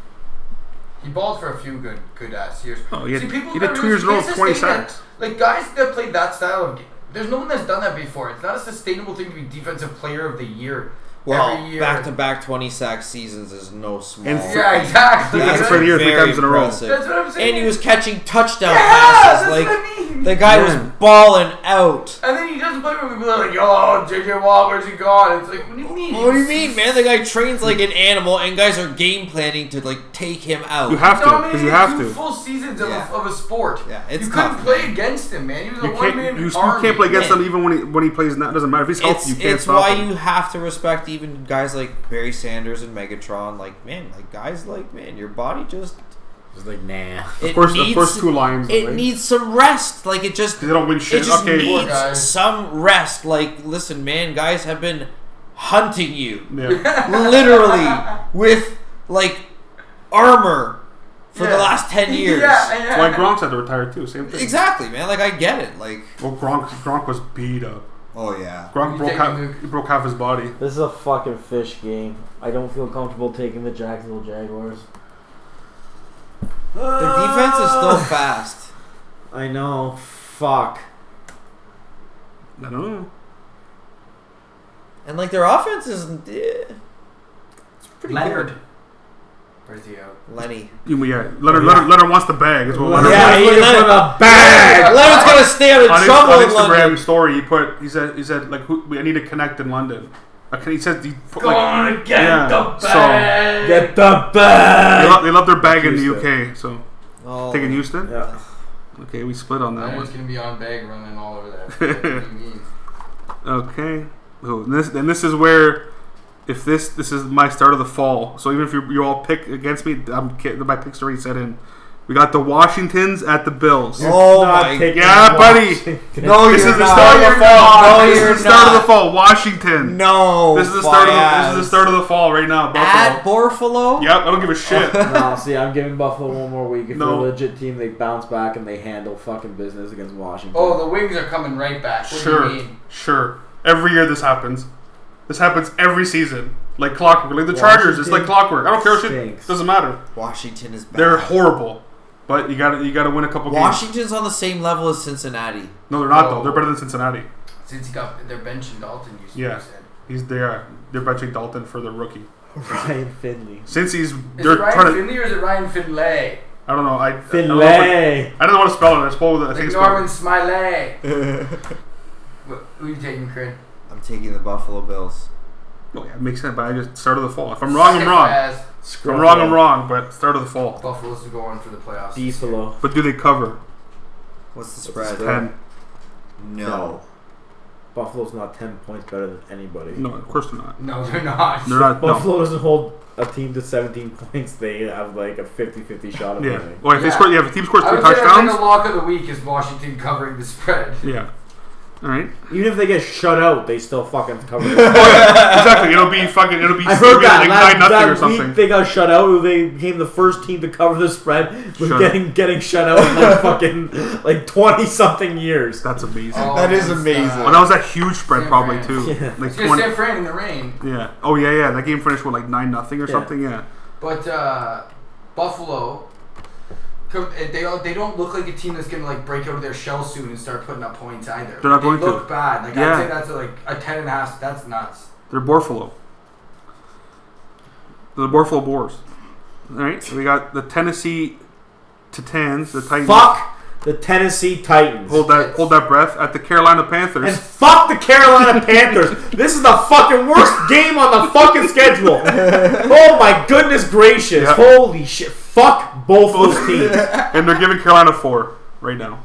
E: he balled for a few good, good ass years.
B: Oh, he had-
E: See, people
B: he did
E: don't
B: two years in a row,
E: it's a
B: 20
E: statement.
B: sacks.
E: Like guys that played that style of game, there's no one that's done that before. It's not a sustainable thing to be defensive player of the year every
D: Well,
E: year.
D: back to back 20 sack seasons is no small.
B: And
D: feat.
E: yeah, exactly.
B: Defense
D: That's
B: for the year three
D: very
B: times in a row.
D: impressive.
E: That's what I'm saying.
D: And he was catching touchdown
E: Yeah,
D: passes.
E: that's
D: Like
E: what I mean.
D: the guy was balling out.
E: And then he doesn't play with people that are like, yo, JJ Watt, where's he gone? It's like, what do you mean?
D: What do you mean, man? The guy trains like an animal, and guys are game planning to like take him out.
B: You have to, because
E: Dominated
B: you have
E: two
B: to.
E: full seasons
D: Yeah.
E: of, a, of a sport.
D: Yeah, it's
E: you
D: tough,
E: couldn't play against him, man. He was
B: You
E: a one
B: can't,
E: man
B: you, you
E: army.
B: can't play against
D: Man.
B: him even when he when he plays. Not doesn't matter if he's
D: it's
B: healthy. You can't
D: it's
B: stop
D: why
B: him.
D: you have to respect even guys like Barry Sanders and Megatron. Like man, like guys like man, your body just
C: Just like nah.
D: Of
B: course- of course two lions,
D: It
B: right?
D: needs some rest. Like it just
B: They don't win
D: It
B: shit.
D: just
B: Okay.
D: needs
E: Guys.
D: some rest. Like, listen, man, guys have been hunting you
B: Yeah.
D: literally with like armor for
E: Yeah.
D: the last ten years.
E: Yeah, yeah.
B: Why Gronk's had to retire too. Same thing.
D: Exactly, man. Like, I get it. Like,
B: Well, Gronk Gronk was beat up.
D: oh yeah.
B: Gronk
E: You
B: broke
E: take him,
B: half,
E: Luke.
B: he broke half his body.
C: This is a fucking fish game. I don't feel comfortable taking the Jacksonville Jaguars.
D: The defense is still fast.
C: I know. Fuck.
B: I don't know.
D: And like their offense isn't eh, pretty
E: Leonard. Where's he out?
D: good. Lenny.
B: Yeah, yeah. Leonard, Leonard, Leonard wants the bag. Is what Leonard
C: Yeah,
B: wants.
C: he
D: Leonard-
C: looking for the
B: bag.
D: Leonard's gonna stay out of
B: on, his,
D: trouble
B: on
D: in
B: Instagram
D: London.
B: story, he put he said he said like who, we- I need to connect in London. Like, he said he put, like,
E: Gonna get
B: yeah,
E: the
B: so-
E: bag.
C: Get the bag.
B: they, love, they love their bag in
C: Houston.
B: the UK. So
D: Oh,
B: taking Houston.
C: Yeah.
B: Okay, we split on that
E: Leonard's
B: one.
E: gonna be on bag running all over that. What do you mean?
B: Okay. Oh, and this and this is where if this this is my start of the fall. So even if you, you all pick against me, I'm kidding, my picks already set in. We got the Washingtons at the Bills.
D: Oh
C: Not
D: my
C: taking
B: Yeah,
C: the
B: buddy.
C: Washington.
D: No,
B: This
D: you're
B: is the
D: not.
B: start of the
D: You're
B: fall.
D: not.
B: this
D: You're
B: is the start of
D: not.
B: the fall. Washington.
D: No.
B: This is the start of the, this
D: Fias.
B: is the start of the fall right now. Buffalo.
D: At Buffalo?
B: Yep, I don't give a shit.
C: no, see, I'm giving Buffalo one more week. If
B: No.
C: they're a legit team, they bounce back and they handle fucking business against Washington.
E: Oh, the wings are coming right back. What do you
B: Sure,
E: mean?
B: sure. Every year this happens. This happens every season, like clockwork. Like the Chargers, it's like
C: Washington
B: clockwork. I don't care. Shit
C: stinks.
B: doesn't matter.
D: Washington is bad.
B: They're horrible, but you got to you got to win a couple games.
D: Washington's on the same level as Cincinnati.
B: No, they're not
E: No.
B: though. They're better than Cincinnati.
E: Since he got they're benching Dalton, you
B: Yeah.
E: said.
B: He's they are. They're benching Dalton for the rookie.
C: Ryan Finley.
B: Since he's
E: Is
B: they're
E: it Ryan
B: trying to.
E: Finley or is it Ryan Finlay?
B: I don't know. I I don't know, if
C: Finlay.
B: I, I don't know how to spell it. I spelled it. I think
E: Like
B: it's
E: Norman
B: spelled.
E: Smiley. Wh- Who you taking, Craig?
D: I'm taking the Buffalo Bills.
B: Oh, yeah, it makes sense. But I just started the fall. If I'm wrong, I'm wrong.
E: As
B: If I'm wrong, I'm wrong. But start of the fall.
E: Buffalo's going for the playoffs.
C: Buffalo.
B: But do they cover
D: What's the spread?
B: ten?
D: No.
C: Buffalo's not 10 points better than anybody.
B: No, of course they're not.
E: No, they're not.
B: They're not. No.
C: Buffalo doesn't hold a team to 17 points. They have like a 50 50 shot of
B: Yeah.
C: winning.
B: Well, if they
E: Yeah.
B: score, yeah, if a team scores
E: I
B: three
E: would say that's like
B: touchdowns,
E: the lock of the week is Washington covering the spread.
B: yeah. All right.
C: Even if they get shut out, they still fucking cover it.
B: exactly. It'll be fucking. It'll be
C: I heard
B: serious,
C: that
B: like
C: last
B: nine nothing
C: that
B: or something.
C: week they got shut out. They became the first team to cover the spread with
B: Shut
C: getting getting shut out in like fucking like twenty something years.
B: That's amazing.
E: Oh,
D: That is
E: it's,
D: amazing.
E: uh,
B: well, that was a huge spread,
E: San
B: probably
E: Fran.
B: too.
C: Yeah.
B: Like
E: It's gonna
B: twenty.
E: San Fran in the rain,
B: Yeah. Oh yeah, yeah. That game finished with like nine nothing or
C: Yeah.
B: something. Yeah.
E: but uh, Buffalo, com- eh, they all- they don't look like a team that's gonna like break out of their shell soon and start putting up points either.
B: They're not
E: They
B: going to.
E: look bad. Like
B: Yeah.
E: I'd say that's like a ten and a half. That's nuts.
B: They're Borfalo. They're the Borfalo Boars. All right. So we got the Tennessee Titans, the Titans.
C: Fuck the Tennessee Titans.
B: Hold that. Hold that breath. At the Carolina Panthers.
C: and fuck the Carolina Panthers. This is the fucking worst game on the fucking schedule. Oh my goodness gracious.
B: Yeah.
C: Holy shit. Fuck both those teams.
B: and they're giving Carolina four right now.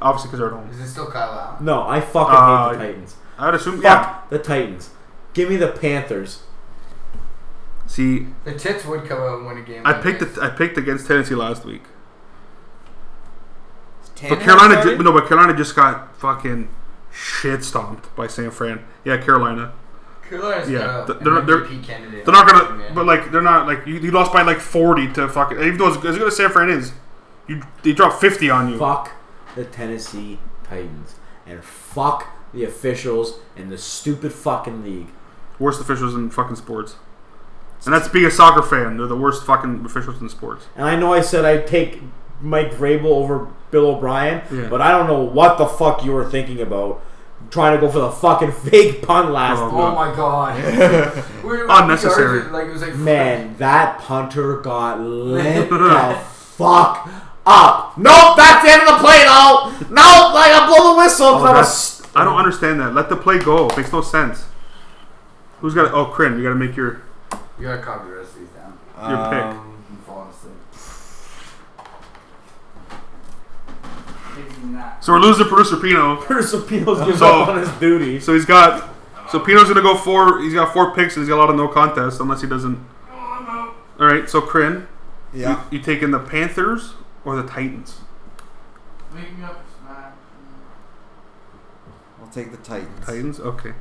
B: Obviously, because they're at home.
E: Is it still Kyle Allen?
C: No, I fucking
B: Uh,
C: hate the Titans.
B: I'd assume.
C: Fuck
B: Yeah.
C: the Titans. Give me the Panthers.
B: See,
E: The tits would come out and win a game.
B: I
E: like
B: picked
E: this.
B: it, I picked against Tennessee last week,
D: Ten
B: but Carolina ju- no, but Carolina just got fucking shit stomped by San Fran. Yeah, Carolina.
E: Carolina's
B: Yeah,
E: got a-
B: th- they're-
E: an
B: they're-
E: MVP candidate.
B: They're not gonna,
E: Man.
B: but like they're not like you, you lost by like forty to fucking even though as, as good as San Fran is, you they dropped fifty on you.
C: Fuck the Tennessee Titans. And fuck the officials and the stupid fucking league.
B: Worst officials in fucking sports, and that's being a soccer fan. They're the worst fucking officials in sports.
C: And I know I said I'd take Mike Vrabel over Bill O'Brien,
B: Yeah.
C: but I don't know what the fuck you were thinking about trying to go for the fucking fake punt last
B: Oh.
C: week.
E: Oh my god. We were-
B: Unnecessary.
E: we argued, Like it was
B: Oh.
E: like
C: Man, that punter got lit the fuck up. Nope, that's the end of the play though. Nope, like I blow the whistle.
B: Oh,
C: Oh,
B: that's- I don't understand that. Let the play go. It makes no sense. Who's got? Oh, Crin, you got to make your.
E: You gotta copy the rest of these down.
B: Your pick.
E: I'm falling asleep.
B: So we're losing producer Pino.
C: Curtis Appeals gives
B: So-
C: up on his duty.
B: So he's got. So Pino's gonna go four. He's got four picks and he's got a lot of no contests unless he doesn't. All right. So Kryn,
D: Yeah.
B: You, you taking the Panthers or the Titans?
E: Leave me up for smack.
D: I'll take the Titans.
B: Titans. Okay.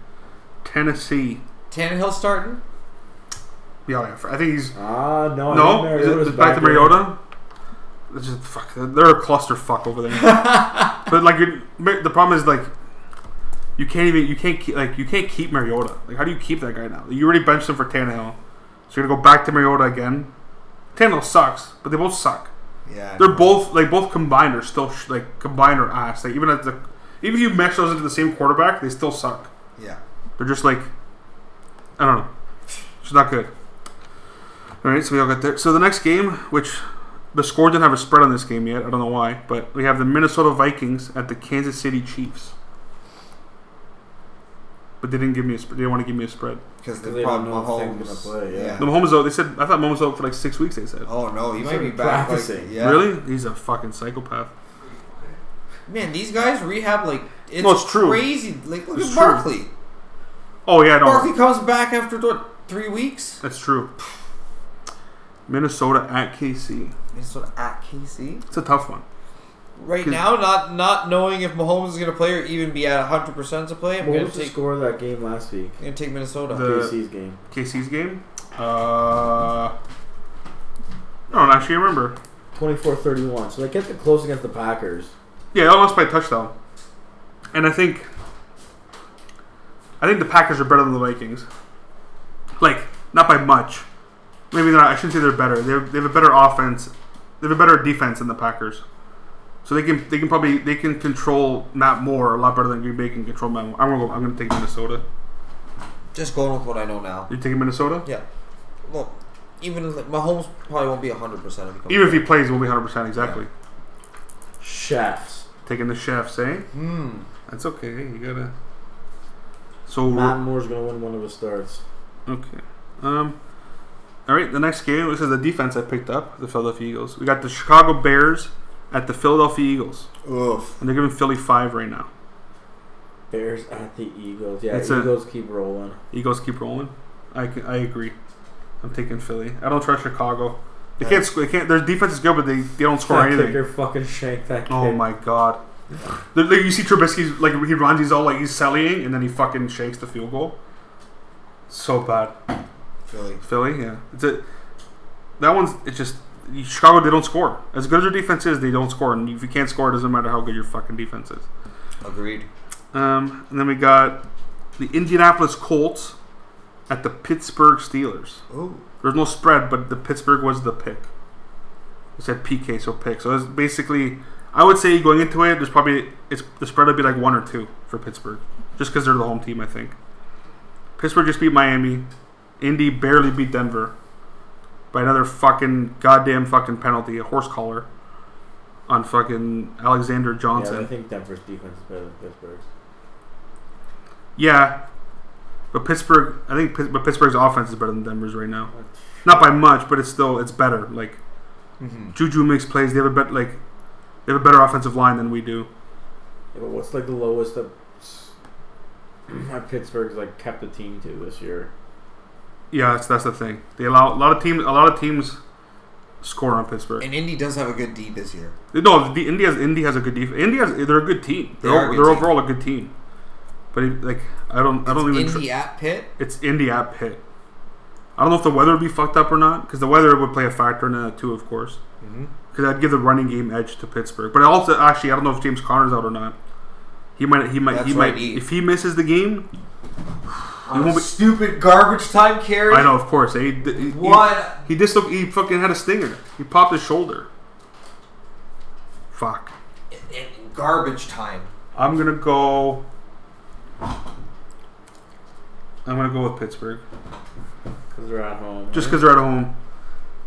B: Tennessee.
D: Tannehill starting?
B: Yeah, yeah, I think he's
C: Ah, no. I
B: no.
C: think
B: Is it, is
C: Mariota's
B: it back to
C: in.
B: Mariota? It's just fuck. They're they're a clusterfuck over there. but like, you're, Mar- the problem is like, you can't even you can't keep, like you can't keep Mariota. Like, how do you keep that guy now? You already benched him for Tannehill, so you're gonna go back to Mariota again. Tannehill sucks, but they both suck.
D: Yeah. I
B: They're
D: know.
B: both like both combined are still sh- like combined are ass. Like even at the even if you mesh those into the same quarterback, they still suck.
D: Yeah.
B: They're just like I don't know. It's not good. All right, so we all got there. So the next game, which the score didn't have a spread on this game yet. I don't know why, but we have the Minnesota Vikings at the Kansas City Chiefs. But they didn't give me a. sp- They didn't want to give me a spread.
D: Because
C: They
D: the
C: don't
D: problem
C: know if they're gonna
D: Mahomes.
C: play, yeah.
B: The Mahomes out. They said I thought Mahomes out for like six weeks. They said.
D: Oh no, he might
C: They're
D: be back. Like,
C: practicing.
D: yeah.
B: Really? He's a fucking psychopath.
D: Man, these guys rehab like it's,
B: No, it's true.
D: crazy. Like look
B: It's
D: at
B: true.
D: Barkley.
B: Oh yeah, no.
D: Barkley comes back after what three weeks?
B: That's true. Minnesota at KC.
D: Minnesota at KC.
B: It's a tough one.
D: Right
B: Cause-
D: now, not not knowing if Mahomes is going to play or even be at hundred percent to play, I'm
C: What
D: going
C: was
D: to
C: the
D: take
C: score of that game last week?
D: going to take Minnesota.
B: The-
C: KC's game.
B: KC's game. Uh, I don't actually remember.
C: 24-31. So they kept it close against the Packers.
B: Yeah, they lost by a touchdown. And I think, I think the Packers are better than the Vikings. Like not by much. Maybe they're not. I shouldn't say they're better. They have, they have a better offense. They have a better defense than the Packers. So they can they can probably they can control Matt Moore a lot better than Green Bay can control Matt. Moore. I'm gonna go, I'm gonna take Minnesota.
D: Just going with what I know now.
B: You taking Minnesota?
D: Yeah. Look, even like, Mahomes probably won't be hundred percent if he comes.
B: Even if he plays, we'll be 100% exactly.
C: Chefs.
B: Taking the chefs, eh?
D: Hmm.
B: That's okay. You gotta. So
C: Matt Moore's gonna win one of his starts.
B: okay. Um. All right. The next game. This is the defense I picked up. The Philadelphia Eagles. We got the Chicago Bears at the Philadelphia Eagles,
D: Oof.
B: and they're giving Philly five right now.
C: Bears at the Eagles. Yeah,
B: It's a-
C: Eagles keep rolling.
B: Eagles keep rolling. I, c- I agree. I'm taking Philly. I don't trust Chicago. They can't. sc- They can't. Their defense is good, but they, they don't score
C: That
B: anything.
C: kicker fucking shanked that kick.
B: Oh my god. They're- Like you see Trubisky's like he runs, he's all like he's sallying, and then he fucking shakes the field goal. So bad,
D: Philly.
B: Philly. Yeah, it's a, that one's it's just Chicago. They don't score as good as their defense is. They don't score, and if you can't score, it doesn't matter how good your fucking defense is.
D: Agreed.
B: Um, and then we got the Indianapolis Colts at the Pittsburgh Steelers.
D: Ooh.
B: There's no spread, but the Pittsburgh was the pick. It said PK, so pick. So it's basically, I would say going into it, there's probably it's the spread would be like one or two for Pittsburgh, just because they're the home team. I think Pittsburgh just beat Miami. Indy barely beat Denver by another fucking goddamn fucking penalty, a horse collar on fucking Alexander
C: Yeah, but I
B: Johnson.
C: think Denver's defense is better than Pittsburgh's.
B: Yeah, but Pittsburgh, I think, Pitts- but Pittsburgh's offense is better than Denver's right now. Not by much, but it's still it's better. Like.
D: Mm-hmm.
B: Juju makes plays. They have a bet like they have a better offensive line than we do.
C: Yeah, but what's like the lowest that s- that Pittsburgh's like kept the team to this year?
B: Yeah, that's, that's the thing. They allow a lot of teams. A lot of teams score on Pittsburgh.
D: And Indy does have a good D this year.
B: No, the, India has India has a good defense. India has, they're a good team.
D: They
B: They're,
D: are
B: o-
D: a good
B: they're
D: team.
B: overall a good team. But it, like I don't I don't even
D: Indy
B: tr-
D: at Pitt.
B: it's India at Pitt. I don't know if the weather would be fucked up or not because the weather would play a factor in that too, of course. Because I'd give the running game edge to Pittsburgh. But I also actually I don't know if James Conner's out or not. He might he might he
D: That's what I
B: might
D: need.
B: if he misses the game,
D: On
B: won't
D: a
B: be-
D: stupid garbage time carry.
B: I know, of course. He, he,
D: What?
B: He, he dislo- He fucking had a stinger. He popped his shoulder. Fuck.
D: In- in Garbage time.
B: I'm gonna go. I'm gonna go with Pittsburgh
C: Because they're at home.
B: just
C: right?
B: because they're at home.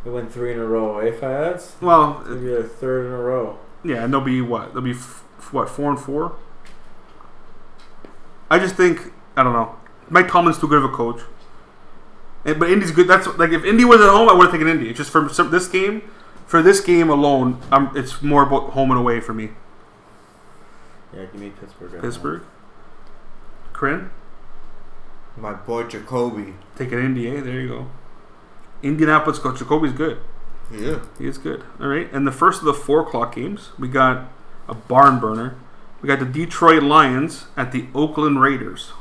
C: they win three in a row, eh, Fads?
B: Well,
C: Maybe their third in a row.
B: yeah, and they'll be what? They'll be f- f- what four and four. I just think I don't know. Mike Tomlin's too good of a coach. And, but Indy's good. That's like if Indy was at home, I would have taken Indy. It's just for some, this game, for this game alone, i it's more about home and away for me.
C: Yeah, give me Pittsburgh. at
B: Pittsburgh. Corinne,
D: My boy Jacoby.
B: take an NDA. There you go. Indianapolis coach Jacoby's good.
D: Yeah.
B: He is good. All right. And the first of the four o'clock games, we got a barn burner. We got the Detroit Lions at the Oakland Raiders,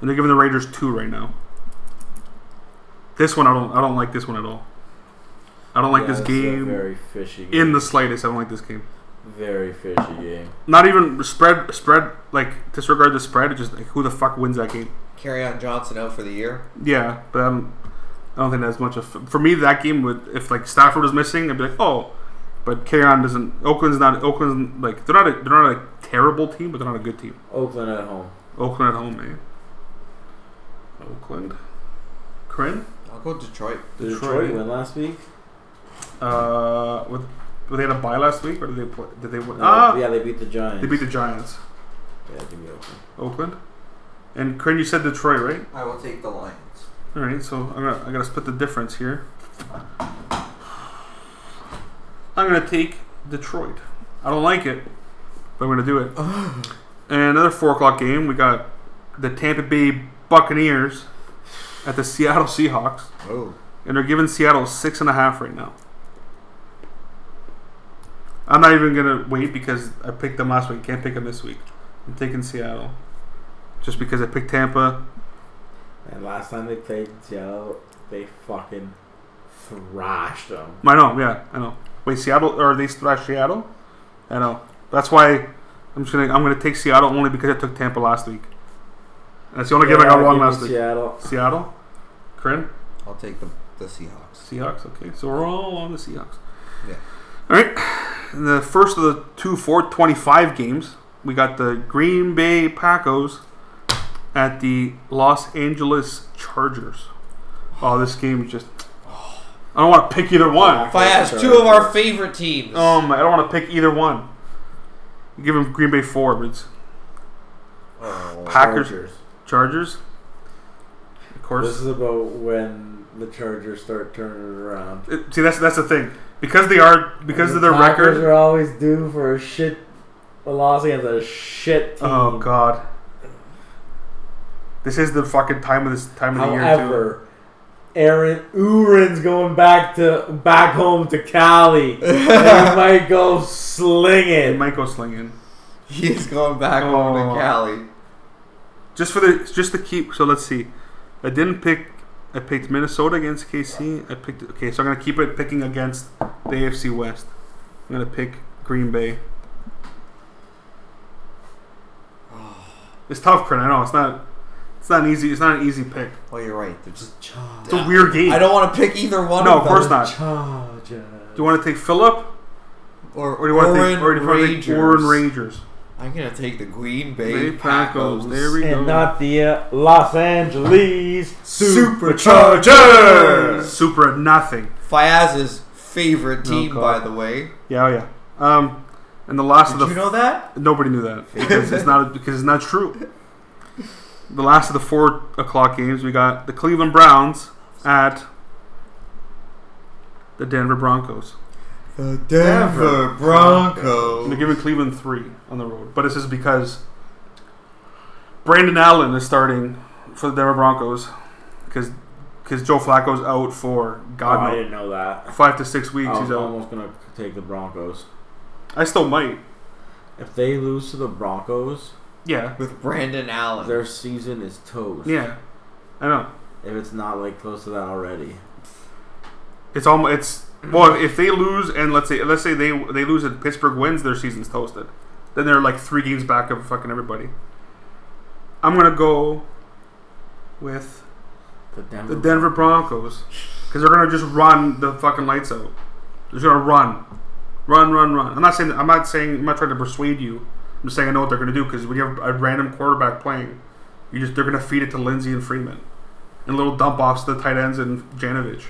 B: and they're giving the Raiders two right now. This one I don't. I don't like this one at all. I don't like
C: Yeah,
B: this
C: it's a
B: game
C: Very fishy. Game.
B: in the slightest. I don't like this game.
C: very fishy game.
B: Not even spread. Spread like disregard the spread. It's just like who the fuck wins that game.
D: Carry on Johnson out for the year.
B: Yeah, but um, I don't think that's much of. For me, that game would if like Stafford was missing, I'd be like, oh, but carry on doesn't. Oakland's not. Oakland's like they're not. A, they're not a terrible team, but they're not a good team.
C: Oakland at home.
B: Oakland at home, man. Oakland, Corinne,
D: I'll go Detroit.
C: Did Detroit,
B: Detroit.
C: win last week?
B: uh, with were they had a bye last week or did they play, did they win?
C: No,
B: ah,
C: yeah, they beat the Giants.
B: they beat the Giants.
C: Yeah, give me Oakland.
B: Oakland, and Corinne, you said Detroit, right?
D: I will take the Lions.
B: All right, so I'm gonna I gotta split the difference here. I'm gonna take Detroit. I don't like it, but I'm gonna do it. and another four o'clock game. We got the Tampa Bay Buccaneers at the Seattle Seahawks,
D: Oh.
B: and they're giving Seattle six and a half right now. I'm not even gonna wait because I picked them last week. Can't pick them this week. I'm taking Seattle, just because I picked Tampa.
C: And last time they played Seattle, they fucking thrashed them.
B: I know, yeah, I know. Wait, Seattle or they thrashed Seattle? I know. That's why I'm just gonna I'm gonna take Seattle only because I took Tampa last week. And that's the only game I got wrong last week.
C: Seattle.
B: Seattle, Corinne,
D: I'll take the, the Seahawks.
B: Seahawks. Okay, so we're all on the Seahawks.
D: Yeah.
B: All right. And the first of the two four twenty five games, we got the Green Bay Packers at the Los Angeles Chargers. Oh, this game is just. I don't want to pick either one.
D: If I ask two of our favorite teams.
B: Um, I don't want to pick either one. Give him Green Bay four, but it's
D: Oh.
B: Packers,
C: Chargers.
B: Chargers. Of
C: This
B: course.
C: is about when the Chargers start turning it around.
B: It- see, that's that's the thing because they are because
C: And
B: of their
C: the Packers
B: record.
C: are always due for a shit. A loss against a shit team.
B: Oh God. This is the fucking time of this time of
C: However, Aaron Urin's going back to back home to Cali. they might
B: the
C: go
B: year too.
C: slinging.
B: Might go slinging
D: He's going back
B: Oh.
D: home to Cali.
B: just for the just to keep. So let's see. I didn't pick. I picked Minnesota against KC. I picked okay, so I'm gonna keep it picking against the AFC West. I'm gonna pick Green Bay. It's tough, Crin. I know it's not. It's not an easy. It's not an easy pick.
D: Oh, you're right. They're just.
B: It's a weird game.
D: I don't want to pick either one.
B: no,
D: of
B: of course
D: them.
B: not. Do
C: Chargers.
B: you want to take Philip
D: Or,
B: or do you want to take or do you want to take
D: Rangers.
B: Warren Rangers?
D: I'm gonna take the Green
B: Bay
D: Bay,
B: Packers.
D: Packers.
B: There we go.
C: And not the uh, Los Angeles
D: Superchargers.
B: Super nothing.
D: Fayaz's favorite team,
B: God.
D: by the way.
B: Yeah, oh yeah. Um, and the last
D: Did
B: of the
D: you know that?
B: Nobody knew that because it's not because it's not true. The last of the four o'clock games, we got the Cleveland Browns at the Denver Broncos.
D: The Denver
B: And they're
D: Broncos.
B: giving Cleveland three on the road, but this is because Brandon Allen is starting for the Denver Broncos because because Joe Flacco's out for
C: Oh, I
B: God knows
C: didn't know that.
B: five to six weeks.
C: I
B: He's
C: was
B: out.
C: almost gonna take the Broncos.
B: I still might.
C: If they lose to the Broncos,
B: Yeah,
D: With Brandon Allen.
C: their season is toast.
B: yeah. I know.
C: If it's not like close to that already.
B: It's almost it's well if they lose and let's say let's say they they lose and Pittsburgh wins their season's toasted. Then they're like three games back of fucking everybody. I'm gonna go with
C: The Denver.
B: the Denver Broncos because they're gonna just run the fucking lights out. They're just gonna run, run, run, run. I'm not saying I'm not saying I'm not trying to persuade you. I'm just saying I know what they're gonna do because when you have a random quarterback playing, you just they're gonna feed it to Lindsey and Freeman, and little dump offs to the tight ends and Janovich.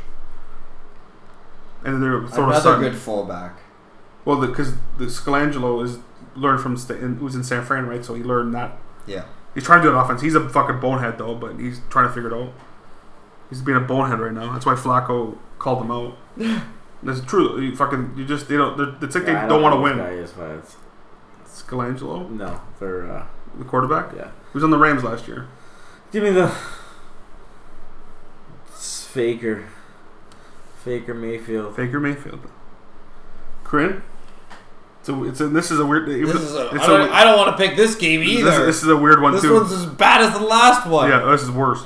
B: And then they're throw to
D: Another
B: Sutton.
D: good fullback.
B: Well, because the, Scalangelo is learned from sta in, was in San Fran, right? So he learned that
D: Yeah.
B: He's trying to do an offense. He's a fucking bonehead though, but he's trying to figure it out. He's being a bonehead right now. That's why Flacco called him out. That's true. You fucking you just you know they're- it's like
C: Yeah, I
B: they don't want to
C: know who
B: win.
C: this guy is, but it's-
B: Scalangelo,
C: no, they're uh,
B: the quarterback,
C: yeah.
B: he was on the Rams last year.
C: Give me the it's Faker. Faker Mayfield.
B: Baker Mayfield. Corinne? So it's a, this is a weird. It
D: This
B: was,
D: is a, I,
B: it's
D: don't, I don't want to pick this game either.
B: This,
D: This,
B: this is a weird one too.
D: one's as bad as the last one.
B: yeah, this is worse.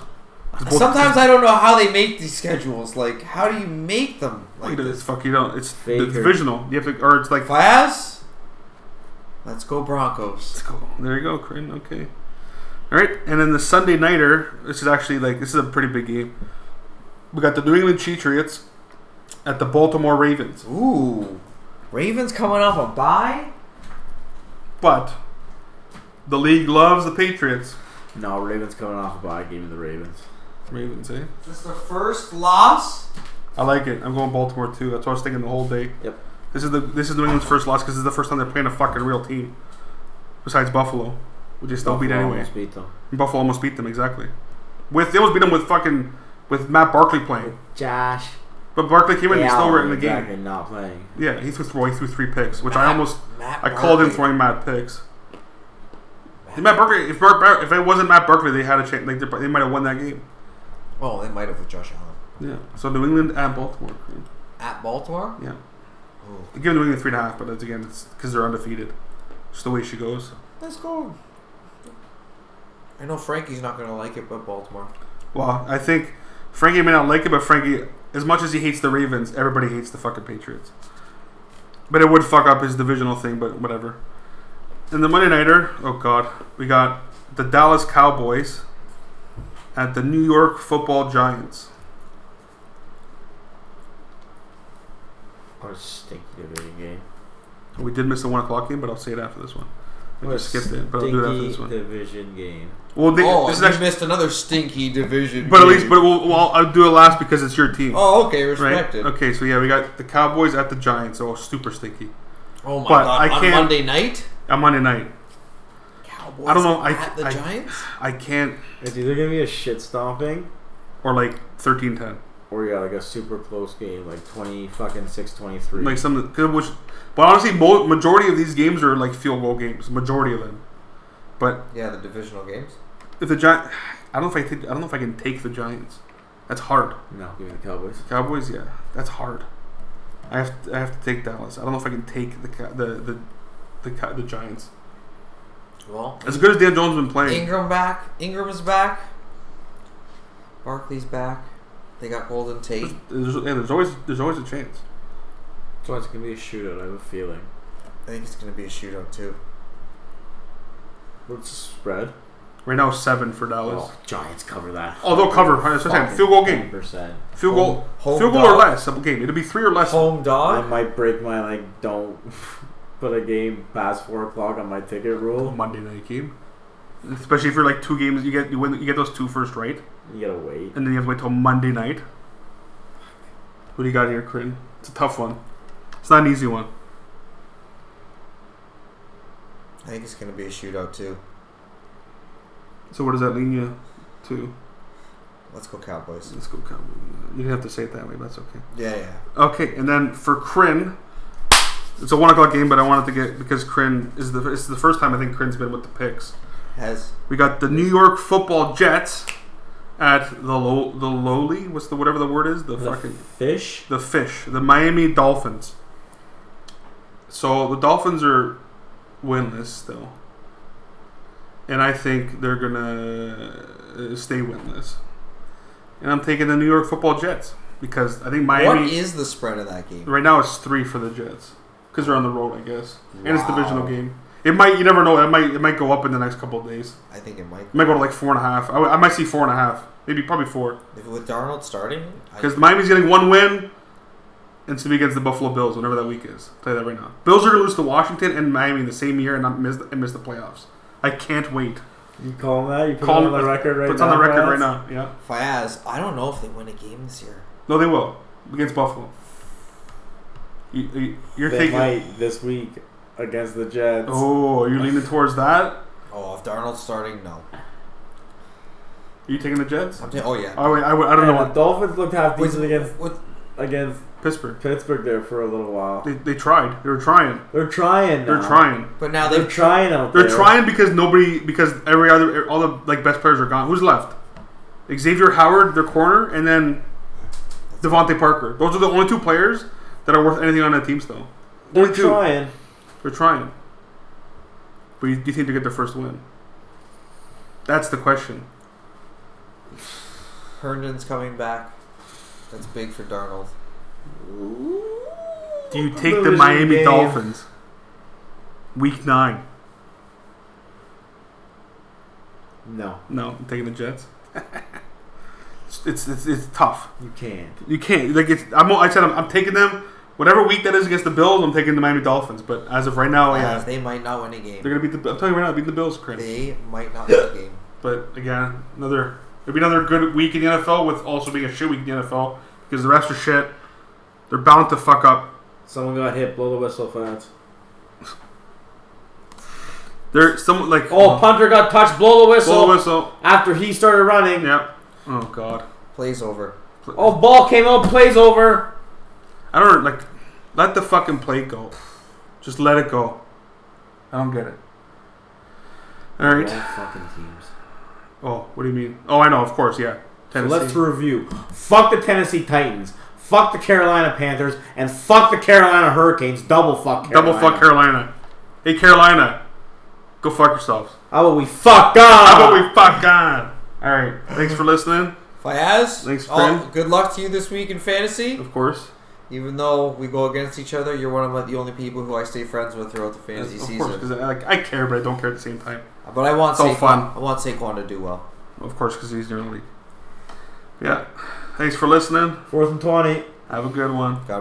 B: It's both-
D: Sometimes I don't know how they make these schedules. Like, how do you make them like
B: Look at this.
D: this?
B: Fuck you don't. It's
C: Faker.
B: divisional. You have to, or it's like.
D: Fias, let's go Broncos.
B: Let's go. There you go, Corinne. Okay. All right, and then the Sunday nighter. This is actually like this is a pretty big game. We got the New England Patriots at the Baltimore Ravens,
D: Ooh, Ravens coming off a bye.
B: but the league loves the Patriots.
C: No, Ravens coming off a bye. Give me the Ravens.
B: Ravens, eh?
D: This is the first loss.
B: I like it. I'm going Baltimore too. That's what I was thinking the whole day.
C: Yep.
B: This is the this is New England's first loss because this is the first time they're playing a fucking real team, besides Buffalo, which they still beat
C: Buffalo
B: anyway.
C: almost beat them.
B: Buffalo almost beat them exactly. With they almost beat them with fucking with Matt Barkley playing,
C: Josh.
B: but Barkley came in and they still were in the game.
C: Exactly not playing.
B: Yeah, he threw, well, he threw three picks, which I almost
D: Matt
B: I called him
D: Barkley.
B: throwing Matt picks. Matt Berkeley, if, Bar- Bar- if it wasn't Matt Berkeley, they had a chance. Like, they might have won that game.
D: Oh, they might have with Josh Allen
B: Yeah. So New England at Baltimore.
D: at Baltimore.
B: Yeah. They give New England three and a half, but that's again, it's because they're undefeated. Just the way she goes.
D: Let's go. I know Frankie's not gonna like it, but Baltimore.
B: Well, I think Frankie may not like it, but Frankie, as much as he hates the Ravens, everybody hates the fucking Patriots. But it would fuck up his divisional thing, but whatever. And the Monday Nighter, oh god, we got the Dallas Cowboys at the New York Football Giants.
C: What a stinky division game.
B: We did miss the one o'clock game, but I'll say it after this one. I
C: What a
B: just skipped it, but I'll do it after this
C: stinky
B: one.
C: division game.
B: Well, they,
D: Oh,
B: this is
D: and you
B: actually,
D: missed another stinky division.
B: but at
D: game.
B: least, but we'll, well, I'll do it last because it's your team,
D: oh, okay,
B: right?
D: respected.
B: Okay, so yeah, we got the Cowboys at the Giants. Oh, super stinky
D: Oh my
B: But
D: god!
B: I
D: on
B: can't-
D: Monday night,
B: on Monday night.
D: Cowboys
B: I don't know, I-
D: at the
B: I-
D: Giants.
B: I can't
C: It's either gonna be a shit stomping
B: or like thirteen ten,
C: or yeah, like a super close game, like twenty fucking six twenty three.
B: like some 'cause which. But honestly, mo- majority of these games are like field goal games. Majority of them. But
D: Yeah, the divisional games.
B: if the giant, I don't know if I, take, I don't know if I can take the Giants. That's hard.
C: no, give me the Cowboys.
B: Cowboys, yeah, that's hard. I have to, I have to take Dallas. I don't know if I can take the Ca- the the the, Ca- the Giants.
D: Well,
B: As good as Dan Jones has been playing,
D: Ingram back. Ingram is back. Barkley's back. They got Golden Tate.
B: there's, yeah, there's always there's always a chance.
C: So it's gonna be a shootout. I have a feeling.
D: I think it's going to be a shootout too.
C: What's the spread?
B: Right now, seven for Dallas.
C: Oh, Giants cover that.
B: Oh, they'll cover. That's what I'm saying. Field goal game.
C: Percent.
B: Field goal.
D: Home- home
B: field goal or
D: dog.
B: less. a Game. It'll be three or less.
D: Home
C: I
D: dog.
C: might break my like don't put a game past four o'clock on my ticket rule.
B: Monday night game. Especially if you're like two games, you get you win, you get those two first right,
C: You gotta wait.
B: and then you have to wait till Monday night. What do you got here, Corinne? It's a tough one. It's not an easy one.
D: I think it's going to be a shootout too.
B: So what does that lean you to?
D: Let's go Cowboys.
B: Let's go Cowboys. You didn't have to say it that way, but that's okay.
D: Yeah, yeah.
B: Okay, and then for Kryn, it's a one o'clock game, but I wanted to get because Kryn is the it's the first time I think Kryn's been with the picks.
D: Has
B: We got the New York Football Jets at the low the lowly what's the whatever the word is the
C: The
B: fucking
C: fish.
B: the fish, the Miami Dolphins. So the Dolphins are winless still, and I think they're gonna uh, stay winless. And I'm taking the New York Football Jets because I think Miami
D: what is the spread of that game?
B: right now it's three for the Jets because they're on the road, I guess, and it's a divisional
D: Wow.
B: game. It might you never know. It might it might go up in the next couple of days.
D: I think it might.
B: It might go to like four and a half. I, w- I might see four and a half, maybe probably four.
D: If with Darnold starting, I,
B: Because Miami's getting one win, and it's to be against the Buffalo Bills, whenever that week is. Tell you that right now. Bills are going to lose to Washington and Miami in the same year and not miss and miss the playoffs. I can't wait.
C: You call him that? You put
B: Call
C: it
B: him-
C: on the record right
B: But it's
C: now.
B: on the record right
C: Vance?
B: now. Yeah.
D: Fiaz, I don't know if they win a game this year.
B: No, they will against Buffalo. You, you, you're
C: They
B: taking.
C: might this week against the Jets.
B: Oh, are you leaning towards that? Are
D: Oh, if Darnold's starting, no.
B: you taking the Jets?
D: I'm saying, oh yeah.
B: Oh wait, I, w- I don't know
C: And
B: what
C: The Dolphins looked half
D: With,
C: decent against
D: with
C: against
B: Pittsburgh.
C: Pittsburgh there for a little while.
B: They, they tried. They were trying.
C: They're trying.
B: They're
C: now.
B: trying.
D: but now
C: They're
D: they've
C: trying out
B: They're
C: there.
B: trying because nobody because every other all the like best players are gone. Who's left? Xavier Howard, their corner, and then Devontae Parker. Those are the only two players that are worth anything on that team still.
C: They're
B: Only two.
C: trying.
B: They're trying. But you- do you think they get their first win? That's the question.
D: Herndon's coming back. That's big for Darnold.
B: Do you take the
C: Losing
B: Miami
C: game.
B: Dolphins week nine?
C: No,
B: No, I'm taking the Jets. it's, it's it's tough.
C: you can't.
B: You can't like it's. I'm, I said I'm, I'm taking them. Whatever week that is against the Bills, I'm taking the Miami Dolphins. But as of right now, Oh, yeah,
D: They might not win a game.
B: they're gonna beat the. I'm telling you right now, beat the Bills, Chris.
D: They might not win a game.
B: But again, another it'll be another good week in the NFL with also being a shit week in the NFL because the rest are shit. They're bound to fuck up.
C: Someone got hit. Blow the whistle, fans.
B: They're some like
C: Oh, punter got touched. Blow the whistle.
B: Uh-huh. blow the whistle.
C: After he started running.
B: Yeah. Oh god.
D: Plays over.
C: Oh, ball came out. Plays over.
B: I don't like let the fucking plate go. Just let it go. I don't get it. All
C: All
B: right.
C: fucking teams.
B: Oh, what do you mean? Oh, I know. Of course, yeah.
C: So
B: Tennessee.
C: let's review. Fuck the Tennessee Titans. Fuck the Carolina Panthers and fuck the Carolina Hurricanes. Double fuck Carolina.
B: Double fuck Carolina. Hey Carolina, go fuck yourselves.
C: How about we
B: How
C: fuck
B: about
C: God?
B: we fuck on? All right. Thanks for listening.
D: Fayaz,
B: Thanks,
D: all-
B: Fran.
D: Oh, good luck to you this week in fantasy.
B: Of course.
D: Even though we go against each other, you're one of the only people who I stay friends with throughout the
B: Of
D: fantasy
B: course,
D: season.
B: because I, like, I care, but I don't care at the same time.
D: But I want
B: It's all
D: Saquon.
B: fun.
D: I want Saquon to do well.
B: Of course, because he's in your league. Yeah. Thanks for listening.
C: Fourth and twenty.
B: Have a good one.
D: God